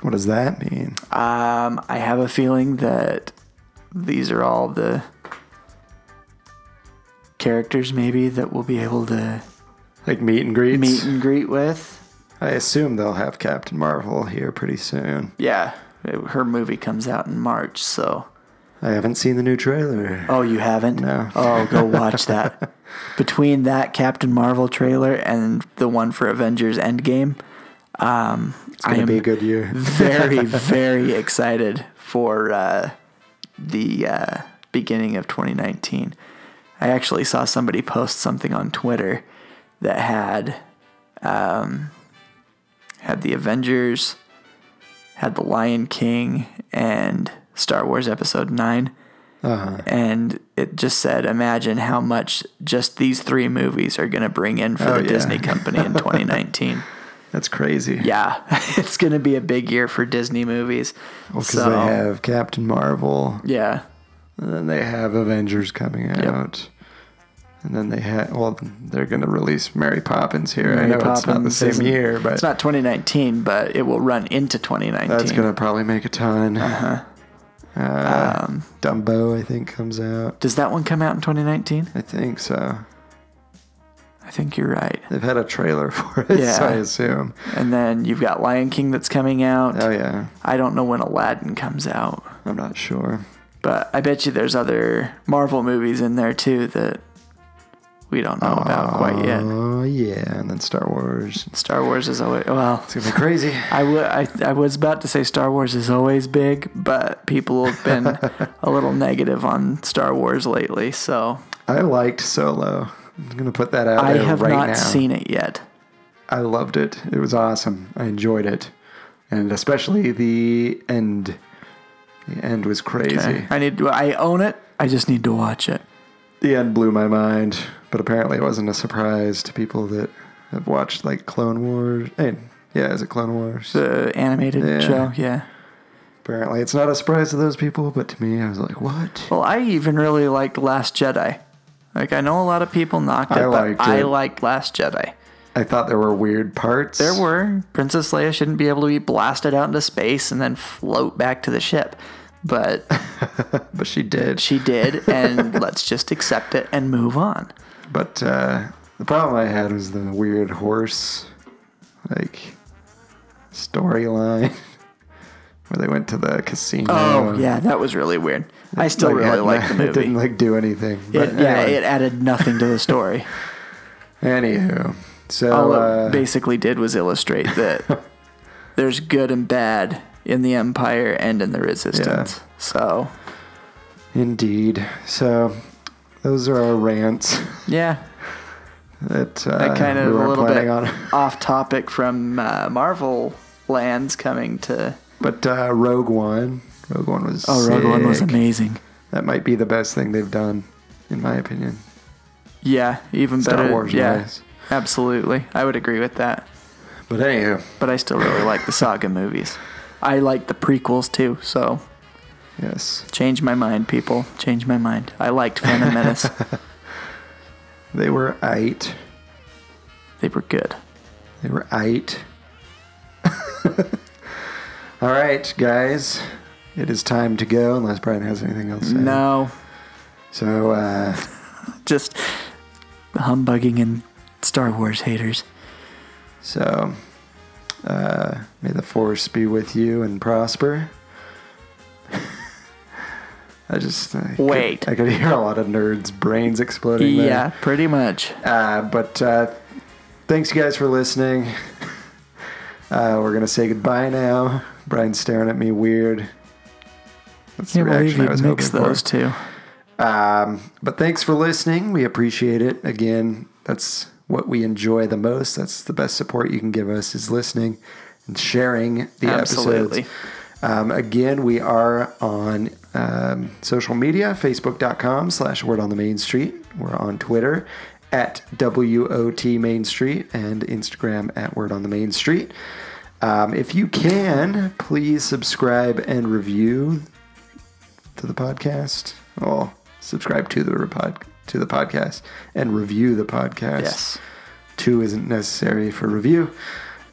[SPEAKER 5] What does that mean?
[SPEAKER 6] Um, I have a feeling that these are all the characters, maybe, that we'll be able to
[SPEAKER 5] Like meet and greets?
[SPEAKER 6] meet and greet with.
[SPEAKER 5] I assume they'll have Captain Marvel here pretty soon.
[SPEAKER 6] Yeah, her movie comes out in March, so.
[SPEAKER 5] I haven't seen the new trailer.
[SPEAKER 6] Oh, you haven't?
[SPEAKER 5] No.
[SPEAKER 6] Oh, go watch that. Between that Captain Marvel trailer and the one for Avengers Endgame,
[SPEAKER 5] it's going
[SPEAKER 6] Oh, I am
[SPEAKER 5] to be a good year. [laughs]
[SPEAKER 6] very, very excited for uh, the uh, beginning of 2019. I actually saw somebody post something on Twitter that had um, had the Avengers, had the Lion King, and Star Wars Episode 9
[SPEAKER 5] Uh-huh.
[SPEAKER 6] and it just said, imagine how much just these three movies are going to bring in for
[SPEAKER 5] Oh,
[SPEAKER 6] the
[SPEAKER 5] yeah.
[SPEAKER 6] Disney
[SPEAKER 5] [laughs]
[SPEAKER 6] company in 2019.
[SPEAKER 5] That's crazy.
[SPEAKER 6] yeah, [laughs] it's going to be a big year for Disney movies.
[SPEAKER 5] Because
[SPEAKER 6] so,
[SPEAKER 5] they have Captain Marvel,
[SPEAKER 6] yeah,
[SPEAKER 5] and then they have Avengers coming out. And then they had, well, they're going to release Mary Poppins here. I
[SPEAKER 6] Mary
[SPEAKER 5] know it's not the
[SPEAKER 6] Poppins
[SPEAKER 5] same
[SPEAKER 6] isn't-
[SPEAKER 5] year, but
[SPEAKER 6] it's not 2019, but it will run into 2019.
[SPEAKER 5] that's going to probably make a ton. Uh-huh.
[SPEAKER 6] Um,
[SPEAKER 5] Dumbo, I think, comes out.
[SPEAKER 6] Does that one come out in 2019?
[SPEAKER 5] I think so.
[SPEAKER 6] I think you're right.
[SPEAKER 5] They've had a trailer [laughs] for it,
[SPEAKER 6] Yeah.
[SPEAKER 5] so I assume.
[SPEAKER 6] And then you've got Lion King that's coming out.
[SPEAKER 5] Oh, yeah.
[SPEAKER 6] I don't know when Aladdin comes out.
[SPEAKER 5] I'm not sure.
[SPEAKER 6] But I bet you there's other Marvel movies in there too that we don't know about quite yet.
[SPEAKER 5] Oh, yeah. And then Star Wars. It's
[SPEAKER 6] Star Wars is always well.
[SPEAKER 5] going to be crazy.
[SPEAKER 6] I wa- I- I was about to say Star Wars is always big, but people have
[SPEAKER 5] [laughs]
[SPEAKER 6] been a little negative on Star Wars lately. So
[SPEAKER 5] I liked Solo. I'm going to put that out
[SPEAKER 6] I
[SPEAKER 5] there
[SPEAKER 6] have
[SPEAKER 5] Oh, right
[SPEAKER 6] not
[SPEAKER 5] now.
[SPEAKER 6] seen it yet.
[SPEAKER 5] I loved it. It was awesome. I enjoyed it. And especially the end The end was crazy.
[SPEAKER 6] I need. I own it. I just need to watch it.
[SPEAKER 5] The end blew my mind, but apparently it wasn't a surprise to people that have watched like Clone Wars. Hey, yeah, is it Clone Wars?
[SPEAKER 6] The animated
[SPEAKER 5] Yeah.
[SPEAKER 6] show. Yeah.
[SPEAKER 5] Apparently, it's not a surprise to those people, but to me, I was like, "What?"
[SPEAKER 6] Well, I even really liked Last Jedi. Like I know a lot of people knocked it,
[SPEAKER 5] I
[SPEAKER 6] but
[SPEAKER 5] liked
[SPEAKER 6] I
[SPEAKER 5] it.
[SPEAKER 6] liked Last Jedi.
[SPEAKER 5] I thought there were weird parts.
[SPEAKER 6] There were Princess Leia shouldn't be able to be blasted out into space and then float back to the ship, but
[SPEAKER 5] but she did.
[SPEAKER 6] she
[SPEAKER 5] [laughs]
[SPEAKER 6] did, and let's just accept it and move on.
[SPEAKER 5] But uh, the problem I had was the weird horse, like storyline [laughs] where they went to the casino.
[SPEAKER 6] Oh yeah, that was really weird. I still
[SPEAKER 5] Like,
[SPEAKER 6] really
[SPEAKER 5] had
[SPEAKER 6] liked the
[SPEAKER 5] no- [laughs]
[SPEAKER 6] movie.
[SPEAKER 5] It didn't like do anything. But
[SPEAKER 6] It- yeah,
[SPEAKER 5] anyway.
[SPEAKER 6] it added nothing to the story.
[SPEAKER 5] Anywho, [laughs] so
[SPEAKER 6] All
[SPEAKER 5] uh,
[SPEAKER 6] it basically did was illustrate
[SPEAKER 5] [laughs]
[SPEAKER 6] that there's good and bad in the Empire and in the Resistance. So,
[SPEAKER 5] indeed, so those are our rants [laughs]
[SPEAKER 6] yeah,
[SPEAKER 5] that, uh,
[SPEAKER 6] that kind of
[SPEAKER 5] we were
[SPEAKER 6] a little bit
[SPEAKER 5] planning
[SPEAKER 6] [laughs]
[SPEAKER 5] on.
[SPEAKER 6] off topic from uh, Marvel lands coming to.
[SPEAKER 5] But uh, Rogue One, Rogue One was
[SPEAKER 6] Oh, Rogue One was
[SPEAKER 5] sick.
[SPEAKER 6] amazing.
[SPEAKER 5] That might be the best thing they've done, in my opinion.
[SPEAKER 6] Yeah, even
[SPEAKER 5] Star
[SPEAKER 6] better.
[SPEAKER 5] Wars
[SPEAKER 6] yeah,
[SPEAKER 5] wise.
[SPEAKER 6] absolutely. I would agree with that.
[SPEAKER 5] But anywho,
[SPEAKER 6] But I still really like the saga movies. I like the prequels too. So
[SPEAKER 5] yes,
[SPEAKER 6] change my mind, people. Change my mind. I liked Phantom Menace.
[SPEAKER 5] they were eight.
[SPEAKER 6] they were good.
[SPEAKER 5] They were eight. [laughs] All right, guys. It is time to go, unless Brian has anything else. to add.
[SPEAKER 6] No,
[SPEAKER 5] So, uh,
[SPEAKER 6] just humbugging and Star Wars haters.
[SPEAKER 5] so uh, may the force be with you and prosper. [laughs] I just I could-
[SPEAKER 6] Wait.
[SPEAKER 5] I could hear a lot of nerds' brains exploding. there.
[SPEAKER 6] Yeah, pretty much.
[SPEAKER 5] Uh, but uh, thanks, you guys, for listening. [laughs] Uh, we're gonna say goodbye now. Brian's staring at me weird. That's
[SPEAKER 6] Can't believe you mix
[SPEAKER 5] hoping for.
[SPEAKER 6] those two.
[SPEAKER 5] Um, but thanks for listening. We appreciate it. Again, that's what we enjoy the most. That's the best support you can give us is listening and sharing the
[SPEAKER 6] Absolutely.
[SPEAKER 5] episodes. Um, again, we are on um, social media, facebook.com slash word on the main street. We're on Twitter at WOT Main Street and Instagram at word on the main street. Um, if you can, please subscribe and review to the podcast. Well, subscribe to the pod, to the podcast and review the podcast.
[SPEAKER 6] Yes.
[SPEAKER 5] two isn't necessary for review,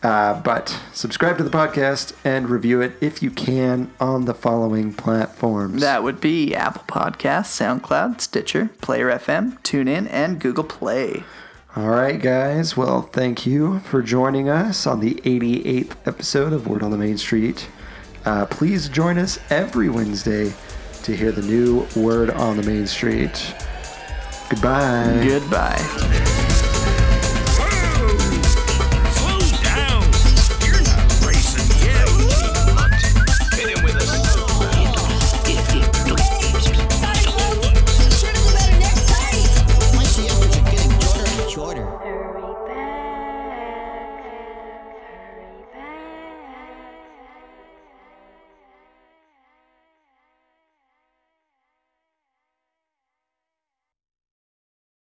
[SPEAKER 5] uh, but subscribe to the podcast and review it if you can on the following platforms.
[SPEAKER 6] That would be Apple Podcasts, SoundCloud, Stitcher, Player FM, TuneIn, and Google Play.
[SPEAKER 5] All right, guys. Well, thank you for joining us on the 88th episode of Word on the Main Street. Uh, please join us every Wednesday to hear the new Word on the Main Street. Goodbye.
[SPEAKER 6] Goodbye.